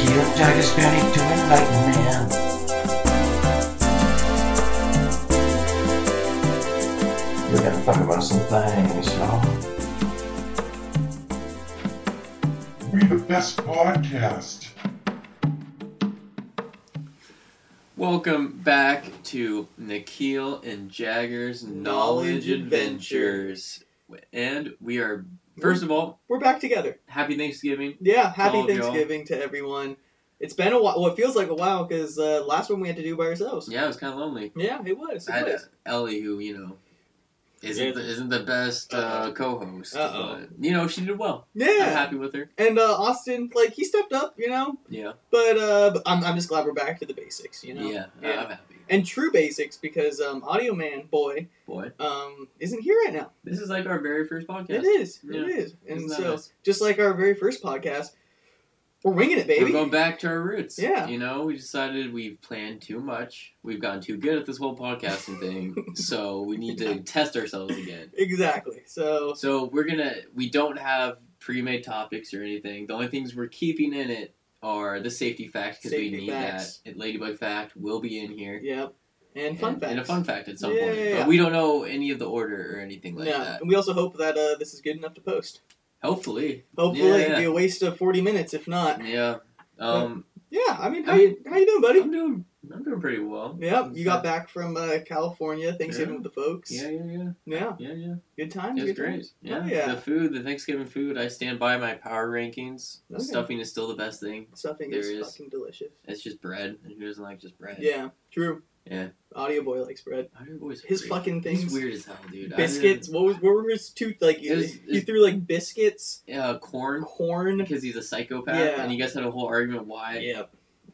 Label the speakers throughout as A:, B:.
A: is ready to enlighten man. We gotta talk about some things, y'all.
B: We're the best podcast.
C: Welcome back to Nikhil and Jagger's Knowledge
D: Knowledge
C: Adventures. And we are, first of all,
D: We're back together.
C: happy Thanksgiving.
D: Yeah, happy
C: all of y'all.
D: Thanksgiving to everyone. It's been a while. Well, it feels like a while because uh, last one we had to do by ourselves.
C: Yeah, it was kind of lonely.
D: Yeah, it was. It
C: I had
D: was.
C: Ellie, who, you know, isn't,
D: Yeah.
C: the, isn't the best uh,
D: Uh-oh.
C: co host.
D: Uh-oh.
C: But, you know, she did well. I'm
D: Yeah,
C: happy with her.
D: and uh, Austin, like he stepped up, you know.
C: Yeah.
D: But, uh, but I'm, I'm just glad we're back to the basics, you know.
C: yeah,
D: Yeah.
C: I'm happy.
D: And true basics because um, Audio Man Boy
C: Boy,
D: um, isn't here right now.
C: this is like our very first podcast.
D: It is.
C: Yeah.
D: It is.
C: Isn't
D: And
C: that
D: so,
C: nice?
D: just like our very first podcast, we're winging it, baby.
C: We're going back to our roots.
D: Yeah.
C: You know, we decided we've planned too much. We've gotten too good at this whole podcasting thing. So we need to test ourselves again.
D: Exactly. So
C: So we're going to, we don't have pre made topics or anything. The only things we're keeping in it are the safety facts because we
D: Safety
C: need
D: facts.
C: that. And Ladybug Fact will be in here.
D: yep. And fun
C: and,
D: facts.
C: And a fun fact at some
D: Yeah,
C: point.
D: yeah,
C: But
D: yeah.
C: we don't know any of the order or anything like
D: yeah,
C: that.
D: and we also hope that uh, this is good enough to post.
C: Hopefully.
D: Hopefully,
C: Yeah,
D: it'd be
C: yeah.
D: a waste of forty minutes if not.
C: Yeah. Um,
D: Yeah, I mean, how,
C: I
D: you, how you doing, buddy?
C: I'm doing, I'm doing pretty well.
D: Yep, you got back from uh, California Thanksgiving
C: Yeah.
D: with the folks.
C: Yeah, yeah, yeah.
D: yeah,
C: Yeah, yeah.
D: good times.
C: It was
D: good
C: great.
D: times.
C: Yeah.
D: Oh, yeah.
C: The food, the Thanksgiving food, I stand by my power rankings.
D: Okay.
C: Stuffing is still the best thing.
D: Stuffing
C: There
D: is,
C: is.
D: fucking delicious.
C: It's just bread. And who doesn't like just bread?
D: Yeah, true.
C: Yeah.
D: Audio boy likes bread.
C: I don't always
D: His
C: agree.
D: fucking
C: He's
D: things.
C: weird as hell, dude. I
D: Biscuits.
C: didn't-
D: What was what were his two like?
C: It was-
D: he
C: it-
D: threw like biscuits,
C: Yeah, corn.
D: corn.
C: Because he's a psychopath.
D: Yeah.
C: And you guys had a whole argument why.
D: Yeah,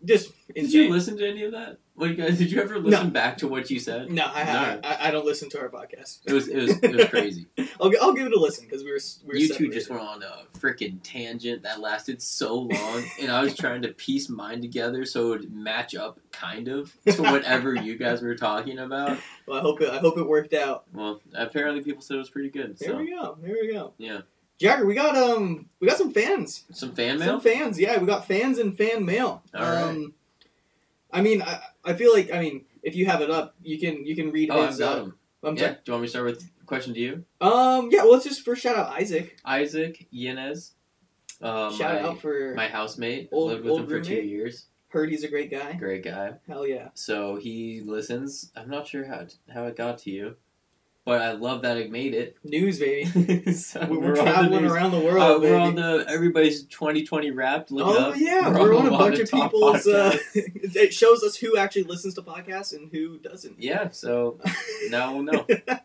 D: just
C: Did
D: insane.
C: you listen to any of that? What you guys? Did you ever listen back to what you said?
D: No, I haven't. I, I don't listen to our podcast.
C: It was it was it was crazy.
D: I'll, gi- I'll give it a listen because we were s- we were
C: you two
D: separated.
C: just went on a freaking tangent that lasted so long, and I was trying to piece mine together so it would match up kind of to whatever you guys were talking about.
D: Well, I hope it, I hope it worked out.
C: Well, apparently people said it was pretty good.
D: There
C: So
D: we go. There we go.
C: Yeah.
D: Jagger, we got um we got some fans.
C: some fan
D: Some
C: mail.
D: fans. Yeah, we got fans and fan mail.
C: All
D: um I mean, I, I feel like I mean, if you have it up, you can you can read
C: Oh, I've
D: his
C: got
D: uh,
C: them.
D: I'm
C: Yeah. Do you want me to start with a question to you,
D: sorry. Um yeah, well, let's just first shout out Isaac.
C: Isaac Yanez? Uh,
D: shout
C: my,
D: out for
C: my housemate.
D: Old-
C: Lived with
D: old
C: him for two
D: roommate?
C: years.
D: heard he's a great guy.
C: Great guy.
D: Hell yeah.
C: So he listens. I'm not sure how it, how it got to you, but I love that it made it.
D: News baby.
C: So
D: We're,
C: we're on
D: we're
C: the
D: traveling
C: news.
D: around the world.
C: Uh,
D: Oh, baby.
C: we're on the everybody's 2020 wrapped. Look it
D: Oh
C: up.
D: yeah, we're, on, a
C: lot
D: bunch of
C: top
D: people's. Uh,
C: podcasts.
D: it shows us who actually listens to podcasts and who doesn't.
C: yeah, so now we'll know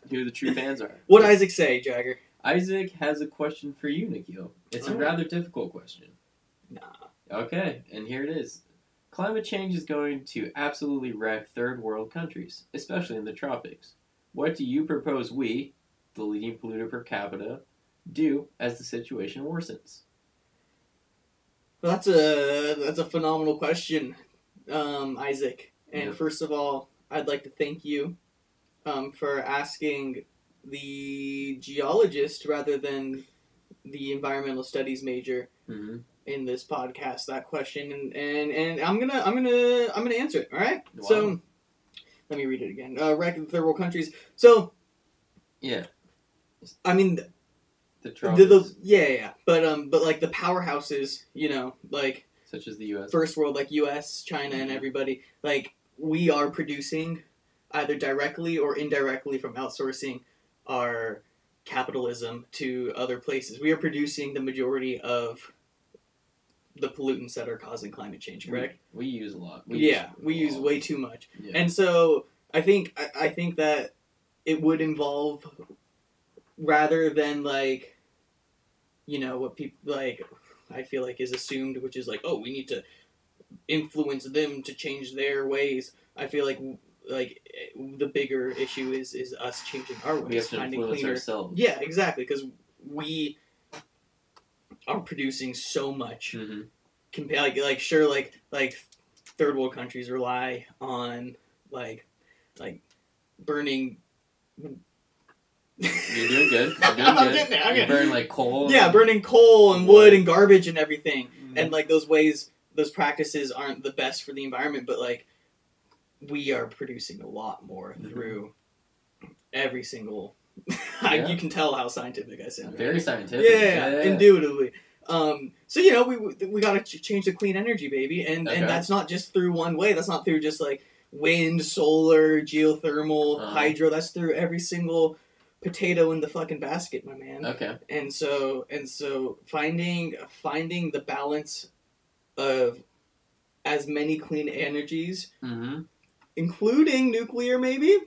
C: who the true fans are.
D: What Isaac say, Jagger?
C: Isaac has a question for you, Nikhil. It's a
D: Alright.
C: rather difficult question. Nah. Okay, and here it is. Climate change is going to absolutely wreck third world countries, especially in the tropics. What do you propose we, the leading polluter per capita, do as the situation worsens?
D: Well, that's a that's a phenomenal question, um, Isaac. And
C: Yeah.
D: first of all, I'd like to thank you um, for asking the geologist rather than the environmental studies major
C: Mm-hmm.
D: in this podcast that question and, and and i'm gonna i'm gonna i'm gonna answer it all right so let me read it again uh wreck of third world countries so
C: Yeah,
D: i mean
C: the
D: The,
C: tropics,
D: the, yeah, yeah, yeah, but um, but like the powerhouses, you know, like
C: such as the U.S.
D: first world, like U.S., China, and
C: Mm-hmm.
D: everybody, like we are producing either directly or indirectly from outsourcing our capitalism to other places. We are producing the majority of the pollutants that are causing climate change. Correct?
C: We use a lot. We
D: yeah, we
C: a
D: use
C: lot.
D: way too much.
C: Yeah.
D: And so I think I, I think that it would involve rather than like you know what people like I feel like is assumed, which is like oh we need to influence them to change their ways. I feel like like the bigger issue is is us changing our ways,
C: we have to
D: finding
C: influence
D: cleaner.
C: ourselves.
D: Yeah, exactly, because we are producing so much
C: hmm
D: compare like like sure like like third world countries rely on like like burning
C: You're doing good. You're doing
D: I'm
C: good.
D: getting there, I'm
C: you
D: getting-
C: burn like coal.
D: yeah burning coal and wood and garbage and everything
C: Mhm.
D: and like those ways those practices aren't the best for the environment, but like we are producing a lot more
C: Mhm.
D: through every single. I
C: Yeah.
D: you can tell how scientific I sound. right?
C: Very scientific.
D: yeah, yeah, yeah, indubitably. Um, so you know, we we got to ch- change to clean energy, baby, and
C: Okay.
D: and that's not just through one way. That's not through just like wind, solar, geothermal,
C: Uh-huh.
D: hydro. That's through every single potato in the fucking basket, my man.
C: Okay.
D: And so and so finding finding the balance of as many clean energies,
C: Mm-hmm.
D: including nuclear, maybe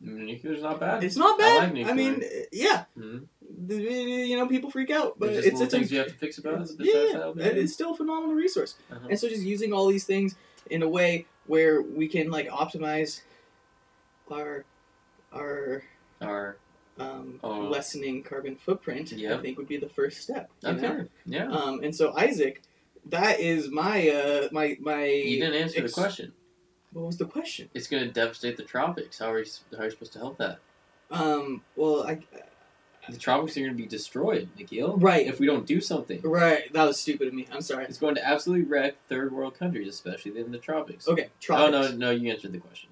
C: Nuclear's not bad.
D: it's not
C: I
D: bad.
C: like
D: I mean, yeah,
C: Mhm.
D: The- you know, people freak out, but
C: There's just
D: it's
C: little
D: it's
C: things
D: a,
C: you have to fix about it.
D: yeah,
C: besides
D: yeah,
C: that,
D: and
C: maybe?
D: it's still a phenomenal resource.
C: Uh-huh.
D: And so just using all these things in a way where we can like optimize our our
C: Or
D: um,
C: Oh.
D: lessening carbon footprint, I
C: Yeah.
D: think would be the first step. you
C: okay.
D: know?
C: Yeah.
D: Um, and so Isaac, that is my uh my my.
C: you didn't answer
D: ex-
C: the question.
D: What was the question?
C: It's going to devastate the tropics. How are you? s- How are you supposed to help that?
D: Um. Well, I
C: The tropics are going to be destroyed, Nikhil.
D: Right.
C: If we don't do something,
D: right. That was stupid of me. I'm sorry.
C: it's going to absolutely wreck third world countries, especially in the tropics.
D: Okay.
C: Oh
D: Tropics.
C: no, no, you answered the question.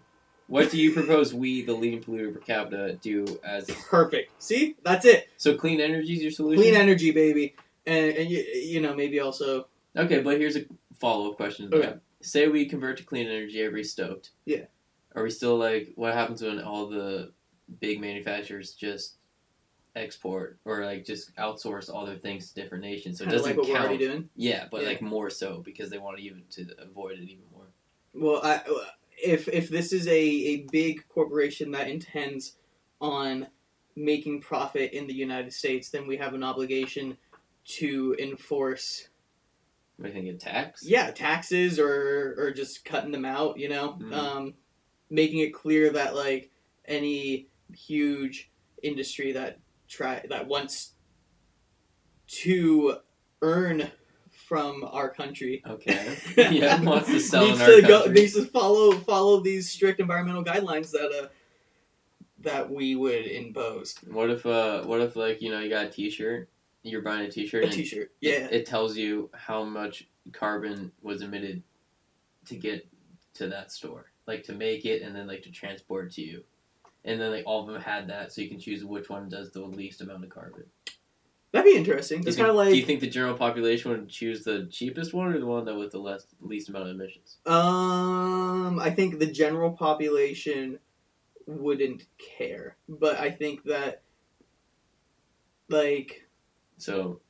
C: What do you propose we, the leading polluter per capita, do as
D: Perfect. See, that's it.
C: so clean energy is your solution?
D: Clean energy, baby. And, and you, you know maybe also
C: Okay, but here's a follow up question. to
D: Okay.
C: that. Say we convert to clean energy every stoked.
D: Yeah.
C: Are we still like what happens when all the big manufacturers just export or like just outsource all their things to different nations? So it
D: kind of
C: doesn't
D: like what we're
C: count.
D: already doing.
C: Yeah, but
D: Yeah.
C: like more so because they want to even to avoid it even more.
D: Well, I, if if this is a, a big corporation that intends on making profit in the United States, then we have an obligation to enforce
C: What do you think? A tax?
D: yeah taxes or or just cutting them out. You know,
C: Mhm.
D: um, making it clear that like any huge industry that try that wants to earn from our country
C: Okay. yeah, wants to sell
D: needs
C: in our
D: to go-
C: country.
D: needs to follow follow these strict environmental guidelines that uh that we would impose.
C: What if uh what if like you know you got a t shirt, you're buying a t shirt
D: A
C: and
D: T-shirt,
C: it-
D: yeah.
C: it, tells you how much carbon was emitted to get to that store. Like to make it and then like to transport it to you. And then like all of them had that so you can choose which one does the least amount of carbon.
D: That'd be interesting.
C: Do you
D: It's
C: think-
D: kind of like
C: Do you think the general population would choose the cheapest one or the one that with the less least amount of emissions?
D: um, I think the general population wouldn't care, but I think that like
C: So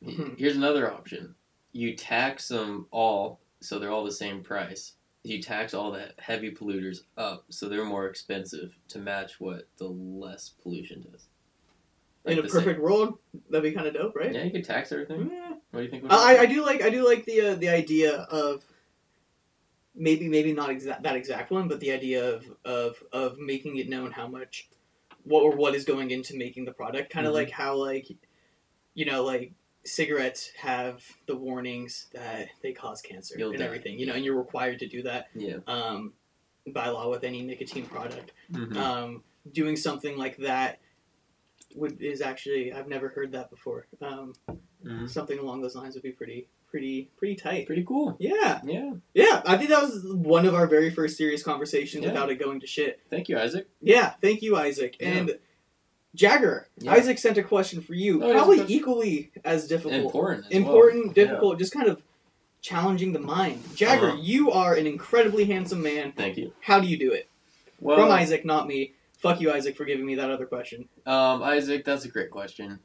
C: he-
D: Hmm.
C: here's another option. You tax them all so they're all the same price. You tax all the heavy polluters up so they're more expensive to match what the less pollution does. Like
D: in a
C: the same-
D: perfect world, that'd be kind of dope, right?
C: Yeah, you could tax everything.
D: Yeah.
C: What do you think? would
D: I, I
C: happen?
D: do like I do like the uh, the idea of maybe maybe not exact that exact one, but the idea of of of making it known how much what or what is going into making the product, kind of
C: Mhm.
D: like how like you know like cigarettes have the warnings that they cause cancer
C: You'll
D: and
C: die.
D: everything, you know, and you're required to do that
C: Yeah.
D: um, by law with any nicotine product.
C: Mhm.
D: Um, doing something like that would is actually I've never heard that before. Um,
C: Mhm.
D: something along those lines would be pretty pretty pretty tight
C: Pretty cool.
D: yeah
C: Yeah.
D: yeah i think that was one of our very first serious conversations
C: Yeah.
D: without it going to shit
C: Thank you, Isaac.
D: yeah thank you isaac
C: Yeah.
D: and jagger
C: Yeah.
D: isaac sent a question for you
C: Oh, he has a
D: probably
C: question.
D: equally as difficult
C: Important. as well.
D: important
C: Yeah.
D: difficult just kind of challenging the mind jagger
C: Uh-huh.
D: you are an incredibly handsome man
C: Thank you.
D: how do you do it
C: Well,
D: from isaac not me fuck you isaac for giving me that other question
C: Um, Isaac, that's a great question.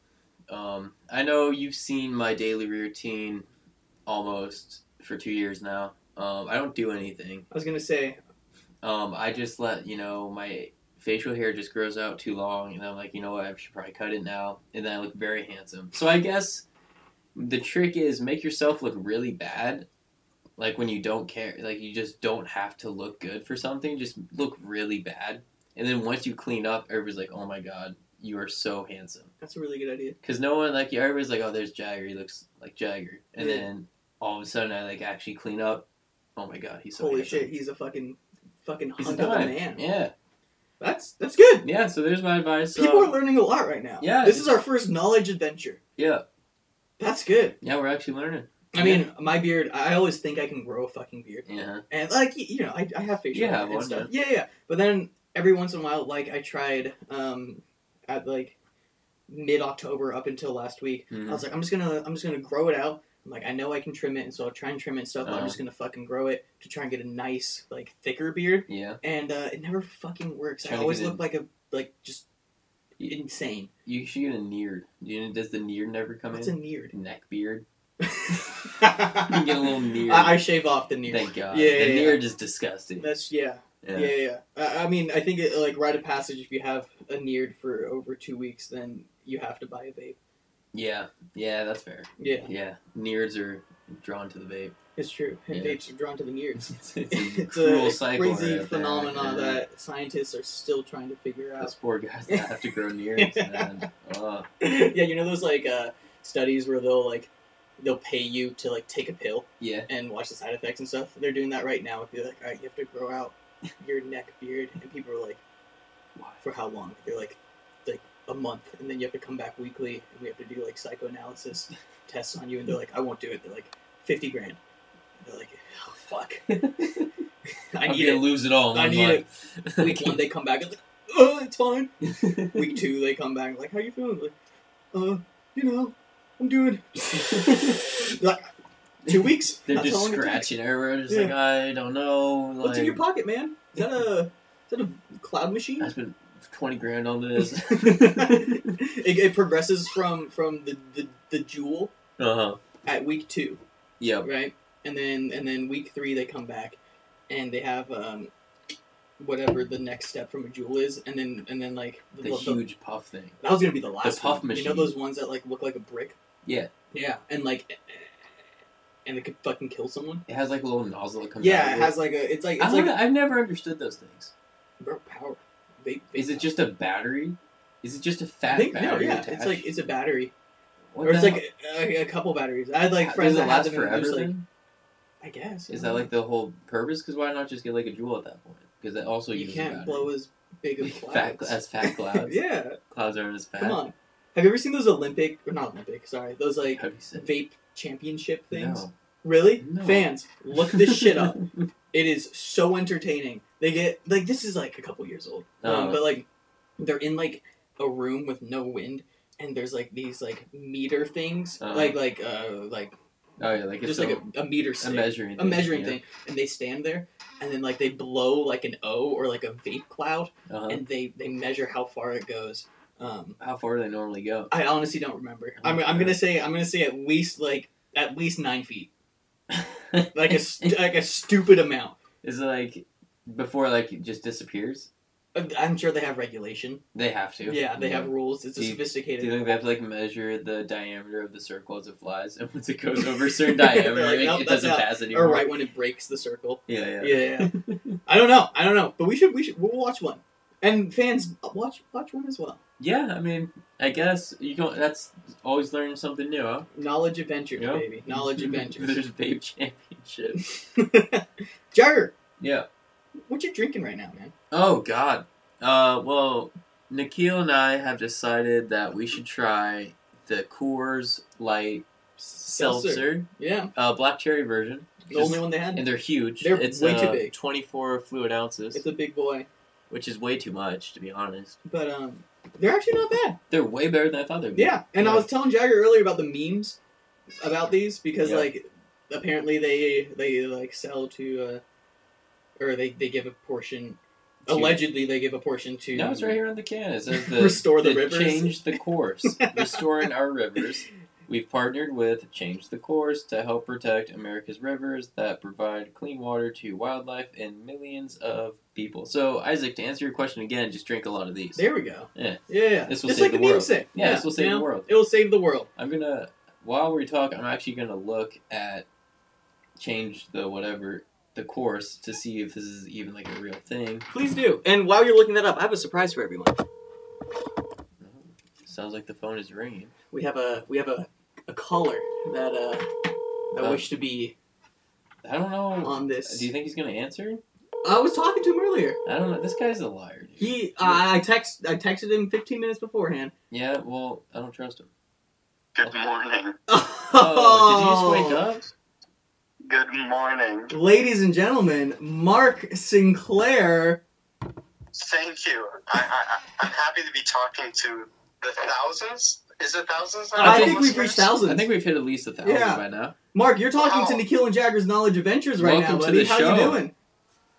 C: Um, I know you've seen my daily routine almost for two years now. Um, I don't do anything.
D: i was gonna say
C: Um, I just let you know my facial hair just grows out too long, and I'm like, you know what, I should probably cut it now, and then I look very handsome. So I guess the trick is make yourself look really bad, like when you don't care, like you just don't have to look good for something. Just look really bad, and then once you clean up, everybody's like, oh my god, you are so handsome.
D: that's a really good idea
C: Because no one like yeah, everybody's like, oh, there's Jagger. He looks like Jagger, and
D: Yeah.
C: then all of a sudden I like actually clean up. Oh my god, he's so
D: holy
C: handsome.
D: shit he's a fucking fucking
C: He's a
D: hunk of a
C: dime.
D: man
C: Yeah,
D: that's that's good
C: yeah. So there's my advice.
D: People
C: uh,
D: are learning a lot right now.
C: Yeah.
D: This is our first knowledge adventure.
C: yeah,
D: That's good.
C: yeah. We're actually learning.
D: I mean, my beard. I always think I can grow a fucking beard,
C: Yeah.
D: and like y- you know, I, I have facial
C: You
D: hair
C: have
D: and
C: one,
D: stuff. Yeah, yeah. But then every once in a while, like I tried um, at like mid October up until last week.
C: Mhm.
D: I was like, I'm just gonna, I'm just gonna grow it out. I'm like, I know I can trim it, and so I'll try and trim it and stuff. But I'm
C: Uh-huh.
D: just gonna fucking grow it to try and get a nice, like, thicker beard.
C: Yeah.
D: And uh, it never fucking works.
C: Trying
D: I
C: to
D: always
C: get it-
D: look like a like just
C: Y-
D: insane.
C: You should get a neared. You know, does the neared never come
D: What's
C: in?
D: a neared?
C: Neck beard.
D: you
C: You get a little neared.
D: I, I shave off the neared.
C: Thank God.
D: Yeah,
C: the
D: yeah, yeah.
C: neared is disgusting.
D: That's yeah.
C: Yeah.
D: Yeah, yeah. I, I mean, I think it, like rite of passage. If you have a neared for over two weeks, then you have to buy a vape.
C: Yeah. Yeah, that's fair.
D: Yeah,
C: Yeah. Neards are drawn to the vape.
D: it's true. And
C: Yeah.
D: Vapes are drawn to the neards.
C: It's, it's a
D: it's
C: cruel
D: a
C: cycle.
D: crazy
C: right up there.
D: phenomenon
C: Yeah.
D: that scientists are still trying to figure out.
C: Those poor guys that have to grow neards, man. Ugh.
D: yeah, you know those like uh, studies where they'll like they'll pay you to like take a pill
C: Yeah.
D: and watch the side effects and stuff. They're doing that right now. They're like, all right, you have to grow out your neck beard, and people are like,
C: Why?
D: for how long? They're like, like a month, and then you have to come back weekly, and we have to do like psychoanalysis tests on you, and they're like, I won't do it. They're like, fifty grand. And they're like, oh fuck, I
C: I'm
D: need
C: gonna
D: it.
C: lose it all. In
D: I
C: one
D: need
C: month.
D: Week one, they come back and like, oh, it's fine. Week two, they come back like, how you feeling? Like, uh, you know, I'm doing like two weeks.
C: They're
D: That's how
C: just
D: long it takes.
C: scratching everywhere. Just
D: Yeah.
C: like I don't know. Like,
D: What's in your pocket, man? Is that a is that a cloud machine?
C: I spent twenty grand on this.
D: it, it progresses from from the, the the jewel
C: uh huh.
D: at week two,
C: Yep.
D: right? And then and then week three they come back, and they have um, whatever the next step from a jewel is, and then and then like
C: The huge puff thing.
D: that was gonna be the last
C: puff
D: one. You know
C: machine.
D: those ones that like look like a brick?
C: Yeah.
D: Yeah, and like and it could fucking kill someone.
C: It has like a little nozzle that comes out.
D: Yeah,
C: of
D: it has like a it's like
C: I
D: it's like
C: don't know, I've never understood those things.
D: bro, power. Vape,
C: Is
D: vape
C: it just a battery? Is it just a
D: power. I
C: fat
D: think no,
C: battery?
D: yeah.
C: attached?
D: It's like it's a battery.
C: What
D: or it's
C: the
D: like a, a couple batteries. I had
C: hell-
D: like
C: Does
D: friends
C: it
D: that
C: last
D: had them. and
C: forever.
D: they're just like,
C: then?
D: I guess.
C: Is
D: I
C: that
D: don't
C: like the whole purpose? Because why not just get like a jewel at that point? Because that also
D: know. you
C: uses a
D: can't
C: battery.
D: blow as big of
C: fat
D: clouds?
C: as fat clouds.
D: yeah,
C: Clouds aren't as fat.
D: come on. Have you ever seen those Olympic or not Olympic? Sorry, those like
C: How do you say?
D: vape championship things.
C: No.
D: Really,
C: No.
D: fans, look this shit up. It is so entertaining. They get like this is like a couple years old, um,
C: Oh.
D: but like they're in like a room with no wind, and there's like these like meter things,
C: Uh-huh.
D: like like uh like
C: Oh yeah, like it's
D: just like a, a meter
C: a
D: stick.
C: measuring
D: a measuring
C: yeah.
D: thing, and they stand there, and then like they blow like an O or like a vape cloud,
C: Uh-huh.
D: and they they measure how far it goes. Um,
C: How far do they normally go?
D: I honestly don't remember. I'm, I'm gonna say I'm gonna say at least like at least nine feet, like a st- like a stupid amount.
C: Is it like before like it just disappears?
D: Uh, I'm sure they have regulation.
C: They have to.
D: Yeah, they have rules. It's a
C: Do you- Do you
D: sophisticated.
C: think they have to like measure the diameter of the circle as it flies, and once it goes over a certain diameter,
D: They're like,
C: it-
D: "Nope,
C: it
D: that's
C: doesn't
D: out."
C: pass anymore?
D: Or right when it breaks the circle.
C: Yeah, yeah.
D: Yeah, yeah. I don't know. I don't know. But we should we should we'll watch one, and fans watch watch one as well.
C: Yeah, I mean, I guess you don't. That's always learning something new, huh?
D: Knowledge adventure,
C: Yeah.
D: baby. Knowledge adventures.
C: There's vape championship.
D: Jagger,
C: Yeah.
D: What you drinking right now, man?
C: Oh God. Uh, well, Nikhil and I have decided that we should try the Coors Light
D: Seltzer.
C: Seltzer,
D: Yeah,
C: uh, black cherry version,
D: the
C: Just-
D: only one they
C: and
D: had.
C: they're huge.
D: They're
C: it's
D: way too
C: uh,
D: big.
C: 24 fluid ounces,
D: It's a big boy,
C: which is way too much, to be honest.
D: but um, they're actually not bad.
C: They're way better than I thought they would. be.
D: Yeah, and I
C: Yeah.
D: was telling Jagger earlier about the memes about these because
C: Yeah.
D: like apparently they they like sell to uh, or they they give a portion.
C: To-
D: Allegedly, they give a portion to.
C: Now it's right here on the can. It says the,
D: Restore the
C: the
D: rivers.
C: Change the course. Restoring our rivers. We've partnered with Change the Course to help protect America's rivers that provide clean water to wildlife and millions of people. So, Isaac, to answer your question again, just drink a lot of these.
D: There we go.
C: Yeah.
D: yeah.
C: This will
D: Just
C: save
D: like
C: the
D: the
C: world.
D: memes say.
C: Yeah, this will save
D: you
C: the
D: know?
C: world.
D: It will save the world.
C: I'm gonna while we talk, I'm actually gonna look at change the whatever the course to see if this is even like a real thing.
D: Please do. And while you're looking that up, I have a surprise for everyone.
C: Sounds like the phone is ringing.
D: We have a we have a, a caller that uh I
C: Oh.
D: wish Uh, to be
C: Um, I don't know.
D: on this.
C: Do you think he's gonna answer?
D: I was talking to him earlier.
C: I don't know. This guy's a liar. Dude.
D: He, I I text, I texted him 15 minutes beforehand.
C: Yeah, well, I don't trust him.
E: Good morning.
C: Oh, did you just wake up?
E: Good morning.
D: Ladies and gentlemen, Mark Sinclair.
E: Thank you. I, I, I'm happy to be talking to the thousands. Is it thousands? now?
C: I
D: I,
C: think-
D: think we've reached thousands.
C: I think we've hit at least a thousand
D: Yeah.
C: by now.
D: Mark, you're talking
E: Wow.
D: to Nikhil and Jagger's Knowledge Adventures right
C: Welcome
D: now,
C: to
D: buddy.
C: the
D: How you
C: show.
D: doing?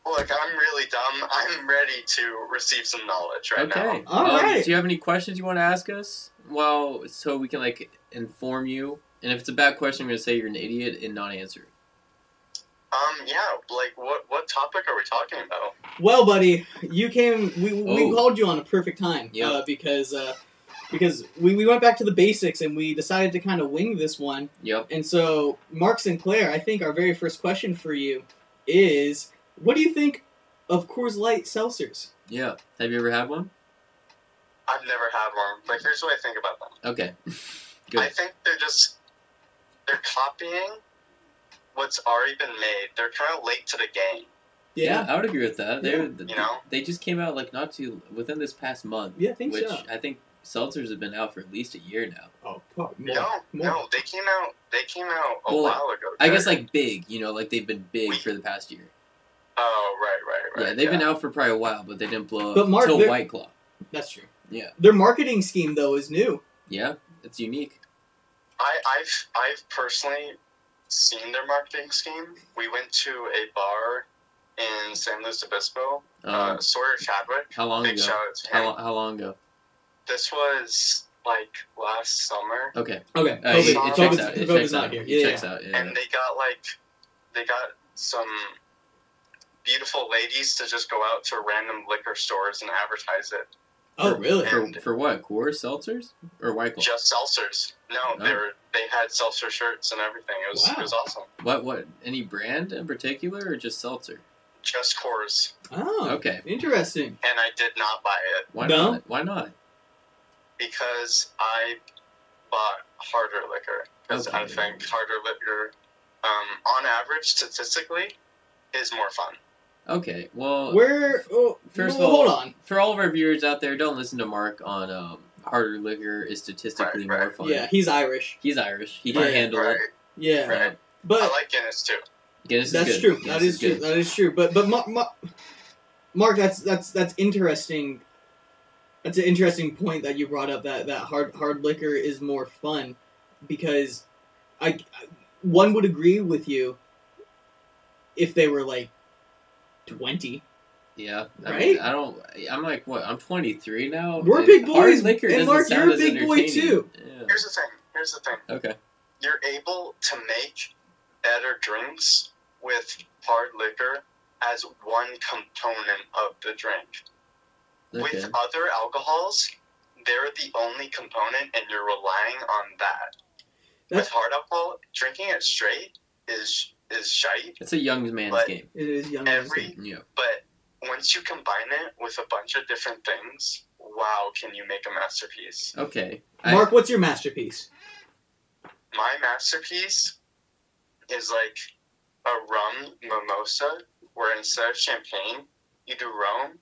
E: Look, I'm really dumb. I'm ready to receive some knowledge right
C: okay.
E: now.
D: All
C: um,
D: right.
C: Do you have any questions you want to ask us? Well, so we can like inform you. And if it's a bad question, I'm going to say you're an idiot and not answer. it.
E: Um, yeah. Like, what what topic are we talking about?
D: Well, buddy, you came. We, we
C: Oh.
D: called you on a perfect time.
C: Yeah.
D: Uh, because uh, because we, we went back to the basics and we decided to kind of wing this one.
C: Yep.
D: And so, Mark Sinclair, I think our very first question for you is, what do you think of Coors Light seltzers?
C: Yeah. Have you ever had one?
E: I've never had one, but here's what I think about them.
C: Okay. Good.
E: I think they're just they're copying what's already been made. They're kind of late to the game.
C: I would agree with that. They
D: Yeah.
C: th-
E: You know?
C: they just came out like not too within this past month.
D: Yeah, I think
C: which
D: so.
C: I think seltzers have been out for at least a year now.
D: Oh, fuck. More.
E: No,
D: more.
E: no, they came out. They came out a
C: Well, like,
E: while ago.
C: I guess
E: They're-
C: like big, you know, like they've been big for the past year.
E: Oh, right, right, right.
C: yeah, they've been out for probably a while, but they didn't blow up
D: But Mark,
C: until
D: they're-
C: White Claw.
D: That's true.
C: Yeah.
D: Their marketing scheme though is new.
C: Yeah, it's unique.
E: I, I've I've personally seen their marketing scheme. We went to a bar in San Luis Obispo,
C: Um,
E: uh, Sawyer Chadwick.
C: how long
E: Big
C: ago?
E: shout out to
C: How,
E: him.
C: lo- how long ago?
E: This was like last summer,
C: Okay,
D: Okay.
C: uh,
E: COVID-
C: it, it
E: COVID-
C: checks out. It
D: COVID's
C: checks
D: not
C: out.
D: here.
C: It
D: Yeah,
C: checks
D: yeah.
C: out. Yeah.
E: and they got like they got some beautiful ladies to just go out to random liquor stores and advertise it.
D: Oh, really?
E: Yeah.
C: for, for what? Coors seltzers or White Claw?
E: Just seltzers. No, they
C: Oh.
E: were they had seltzer shirts and everything. It was it
D: Wow.
E: was awesome.
C: what? What? Any brand in particular or just seltzer?
E: Just Coors,
D: Oh.
C: Okay.
D: Interesting.
E: and I did not buy it.
C: Why
D: No?
C: not? Why not?
E: because I bought harder liquor. Because I
C: Okay.
E: think harder liquor, um, on average, statistically, is more fun.
C: Okay. Well,
D: Where? Oh,
C: First of
D: well,
C: all-
D: hold on.
C: for all of our viewers out there, don't listen to Mark on um, harder liquor is statistically
E: Right, right.
C: more fun.
D: Yeah, he's Irish.
C: He's Irish. He
D: Right,
C: can handle
E: right.
C: it.
D: Yeah,
E: Right.
D: but
E: I like Guinness too.
C: Guinness is
D: that's
C: good.
D: true.
C: Guinness
D: That is true.
C: good.
D: That is true. But but Mark, Mark, that's that's that's interesting. That's an interesting point that you brought up. That that hard hard liquor is more fun because I I- one would agree with you if they were like twenty.
C: Yeah, I
D: Right?
C: mean, I don't. I'm like what? I'm 23 now.
D: We're
C: and
D: big
C: hard
D: boys,
C: liquor
D: and
C: doesn't
D: Mark,
C: sound
D: you're a
C: as
D: big boy,
C: entertaining.
D: too.
C: Yeah.
E: Here's the thing. Here's the thing.
C: Okay.
E: You're able to make better drinks with hard liquor as one component of the drink.
C: Okay.
E: With other alcohols, they're the only component, and you're relying on that. With
D: That's-
E: hard alcohol, drinking it straight is is shite.
C: It's a young man's
E: But-
C: game.
D: It is young.
E: Every
C: Yeah.
E: but once you combine it with a bunch of different things, wow, can you make a masterpiece?
C: Okay. I-
D: Mark, what's your masterpiece?
E: My masterpiece is like a rum mimosa, where instead of champagne, you do rum,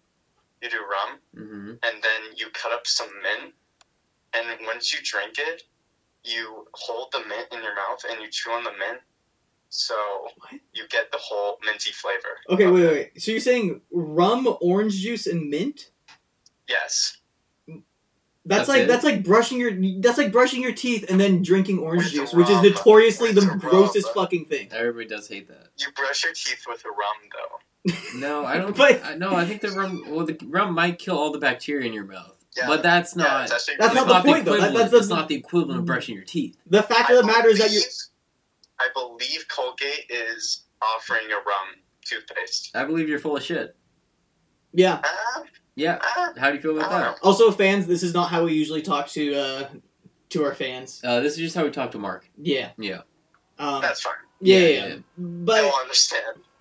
E: you do rum,
C: mhm.
E: and then you cut up some mint, and once you drink it, you hold the mint in your mouth and you chew on the mint, so
D: What?
E: you get the whole minty flavor.
D: Okay, wait, wait, wait. So you're saying rum, orange juice, and mint?
E: Yes,
D: That's,
C: That's
D: like
C: it?
D: that's like brushing your that's like brushing your teeth and then drinking orange
E: With
D: juice,
E: the
D: which is
E: rum.
D: notoriously the
E: With the rum.
D: grossest fucking thing.
C: Everybody does hate that.
E: you brush your teeth with a rum though.
C: No, I don't.
D: But-
C: I, no, I think the rum. Well, the rum might kill all the bacteria in your mouth.
E: Yeah.
C: But that's
E: Yeah,
C: not.
E: it's actually
D: That's
E: really
D: not the point, though. That-
C: equivalent.
D: that's-
C: it's not the equivalent of brushing your teeth.
D: The fact of the matter is that you
E: I believe Colgate is offering a rum toothpaste.
C: I believe you're full of shit.
D: yeah.
E: Ah,
C: Yeah.
E: ah,
C: How do you feel about
E: I don't
C: that?
E: know.
D: Also, fans, this is not how we usually talk to uh to our fans.
C: Uh, this is just how we talk to Mark.
D: Yeah.
C: Yeah.
D: Um,
E: That's fine.
D: yeah,
C: yeah,
D: yeah,
C: yeah.
D: yeah. But
E: They'll understand.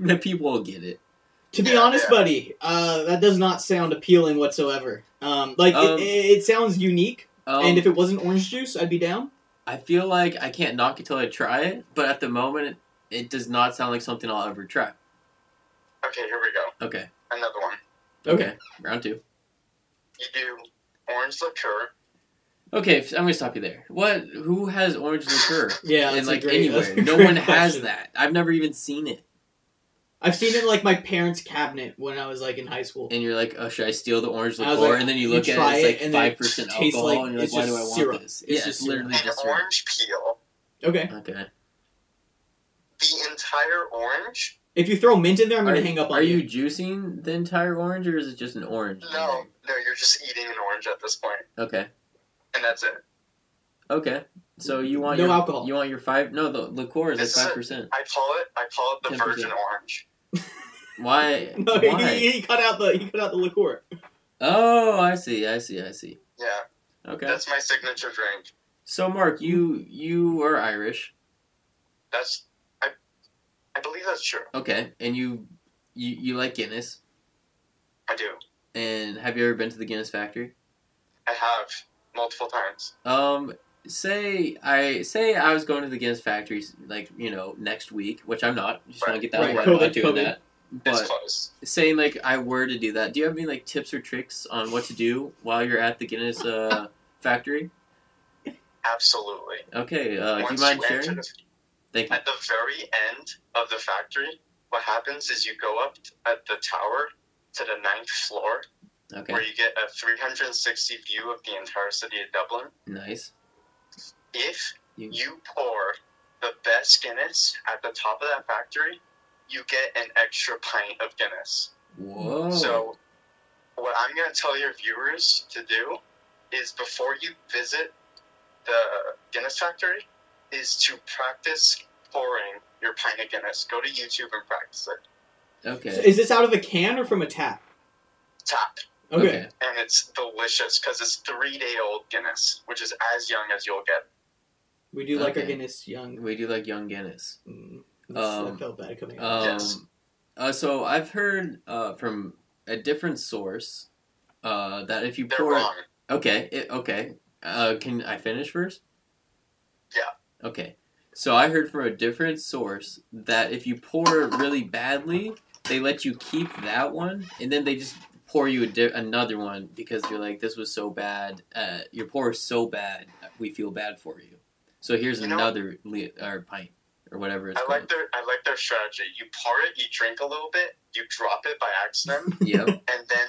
C: the people will get it.
D: to be
E: Yeah,
D: honest,
E: yeah.
D: buddy, uh, that does not sound appealing whatsoever. Um, like
C: Um,
D: it, it, it sounds unique,
C: Um,
D: and if it wasn't orange juice, I'd be down.
C: I feel like I can't knock it till I try it, but at the moment, it, it does not sound like something I'll ever try.
E: Okay, here we go.
C: Okay.
E: Another one.
C: Okay. Round two.
E: You do orange liqueur,
C: Okay, I'm gonna stop you there. What? Who has orange liqueur?
D: Yeah,
C: and
D: that's a
C: like
D: great- that's
C: anywhere, no
D: a great
C: one has
D: question.
C: that. I've never even seen it.
D: I've seen it in, like my parents' cabinet when I was like in high school.
C: And you're like, oh, should I steal the orange
D: I was
C: liqueur?
D: like,
C: and then you
D: you
C: look
D: try
C: at it,
D: it
C: it's like
D: and then it
C: five percent
D: tastes
C: alcohol,
D: like-
C: and you're like,
D: it's
C: why do I
D: just
C: want
D: syrup.
C: this?
D: It's
C: yeah,
D: just
C: it's literally
E: An
C: just syrup.
E: orange peel.
D: Okay,
C: Okay.
E: The entire orange?
D: if you throw mint in there, I'm gonna
C: are,
D: hang up on
C: Are you juicing the entire orange, or is it just an orange?
E: No, no, you're just eating an orange at this point,
C: Okay.
E: and that's it.
C: Okay. So you want
D: No
C: your,
D: alcohol.
C: You want your five? No, the liqueur is
E: This
C: like
E: is a-
C: five percent.
E: I call it, I call it the
C: 10%.
E: virgin orange.
C: Why?
D: No,
C: Why?
D: he, he cut out the he cut out the liqueur.
C: Oh, I see. I see. I see.
E: Yeah,
C: Okay.
E: that's my signature drink.
C: So Mark, you you are Irish,
E: That's, I, I believe that's true.
C: okay, and you you you like Guinness.
E: I do.
C: And have you ever been to the Guinness factory?
E: I have multiple times.
C: Um, say I say I was going to the Guinness factory like you know next week, which I'm not. Just want to get that
D: Right,
C: right.
D: right.
C: I'm not
D: COVID,
C: doing
D: COVID.
C: that.
E: It's
C: But
E: close.
C: saying like I were to do that, do you have any like tips or tricks on what to do while you're at the Guinness uh, factory?
E: Absolutely.
C: Okay, uh, do you
E: Once
C: mind
E: enter
C: sharing?
E: the
C: Thank you.
E: At the very end of the factory, what happens is you go up t- at the tower to the ninth floor,
C: Okay,
E: where you get a 360 view of the entire city of Dublin.
C: nice.
E: If
C: You-
E: you pour the best Guinness at the top of that factory, you get an extra pint of Guinness.
C: Whoa.
E: So,
C: Oh.
E: what I'm going to tell your viewers to do is before you visit the Guinness factory, is to practice pouring your pint of Guinness. Go to YouTube and practice it.
D: So
C: okay.
D: is this out of a can or from a tap?
E: Tap,
D: Okay.
E: and it's delicious because it's three day old Guinness, which is as young as you'll get.
D: We do like our
C: Okay.
D: Guinness young.
C: We do like young Guinness.
D: Mm, that's- I
C: Um,
D: felt bad coming out.
C: Um,
E: Yes.
C: uh, so I've heard uh, from a different source uh, that if you
E: They're
C: pour,
E: wrong.
C: okay, it, okay, uh, can I finish first?
E: Yeah.
C: Okay. So I heard from a different source that if you pour it really badly, they let you keep that one, and then they just pour you a di- another one because you're like, this was so bad. Uh, your pour is so bad, we feel bad for you. So here's
E: You know-
C: another li- or pint or whatever it's
E: I
C: called.
E: like their I like their strategy. You pour it, you drink a little bit, you drop it by accident,
C: yep.
E: and then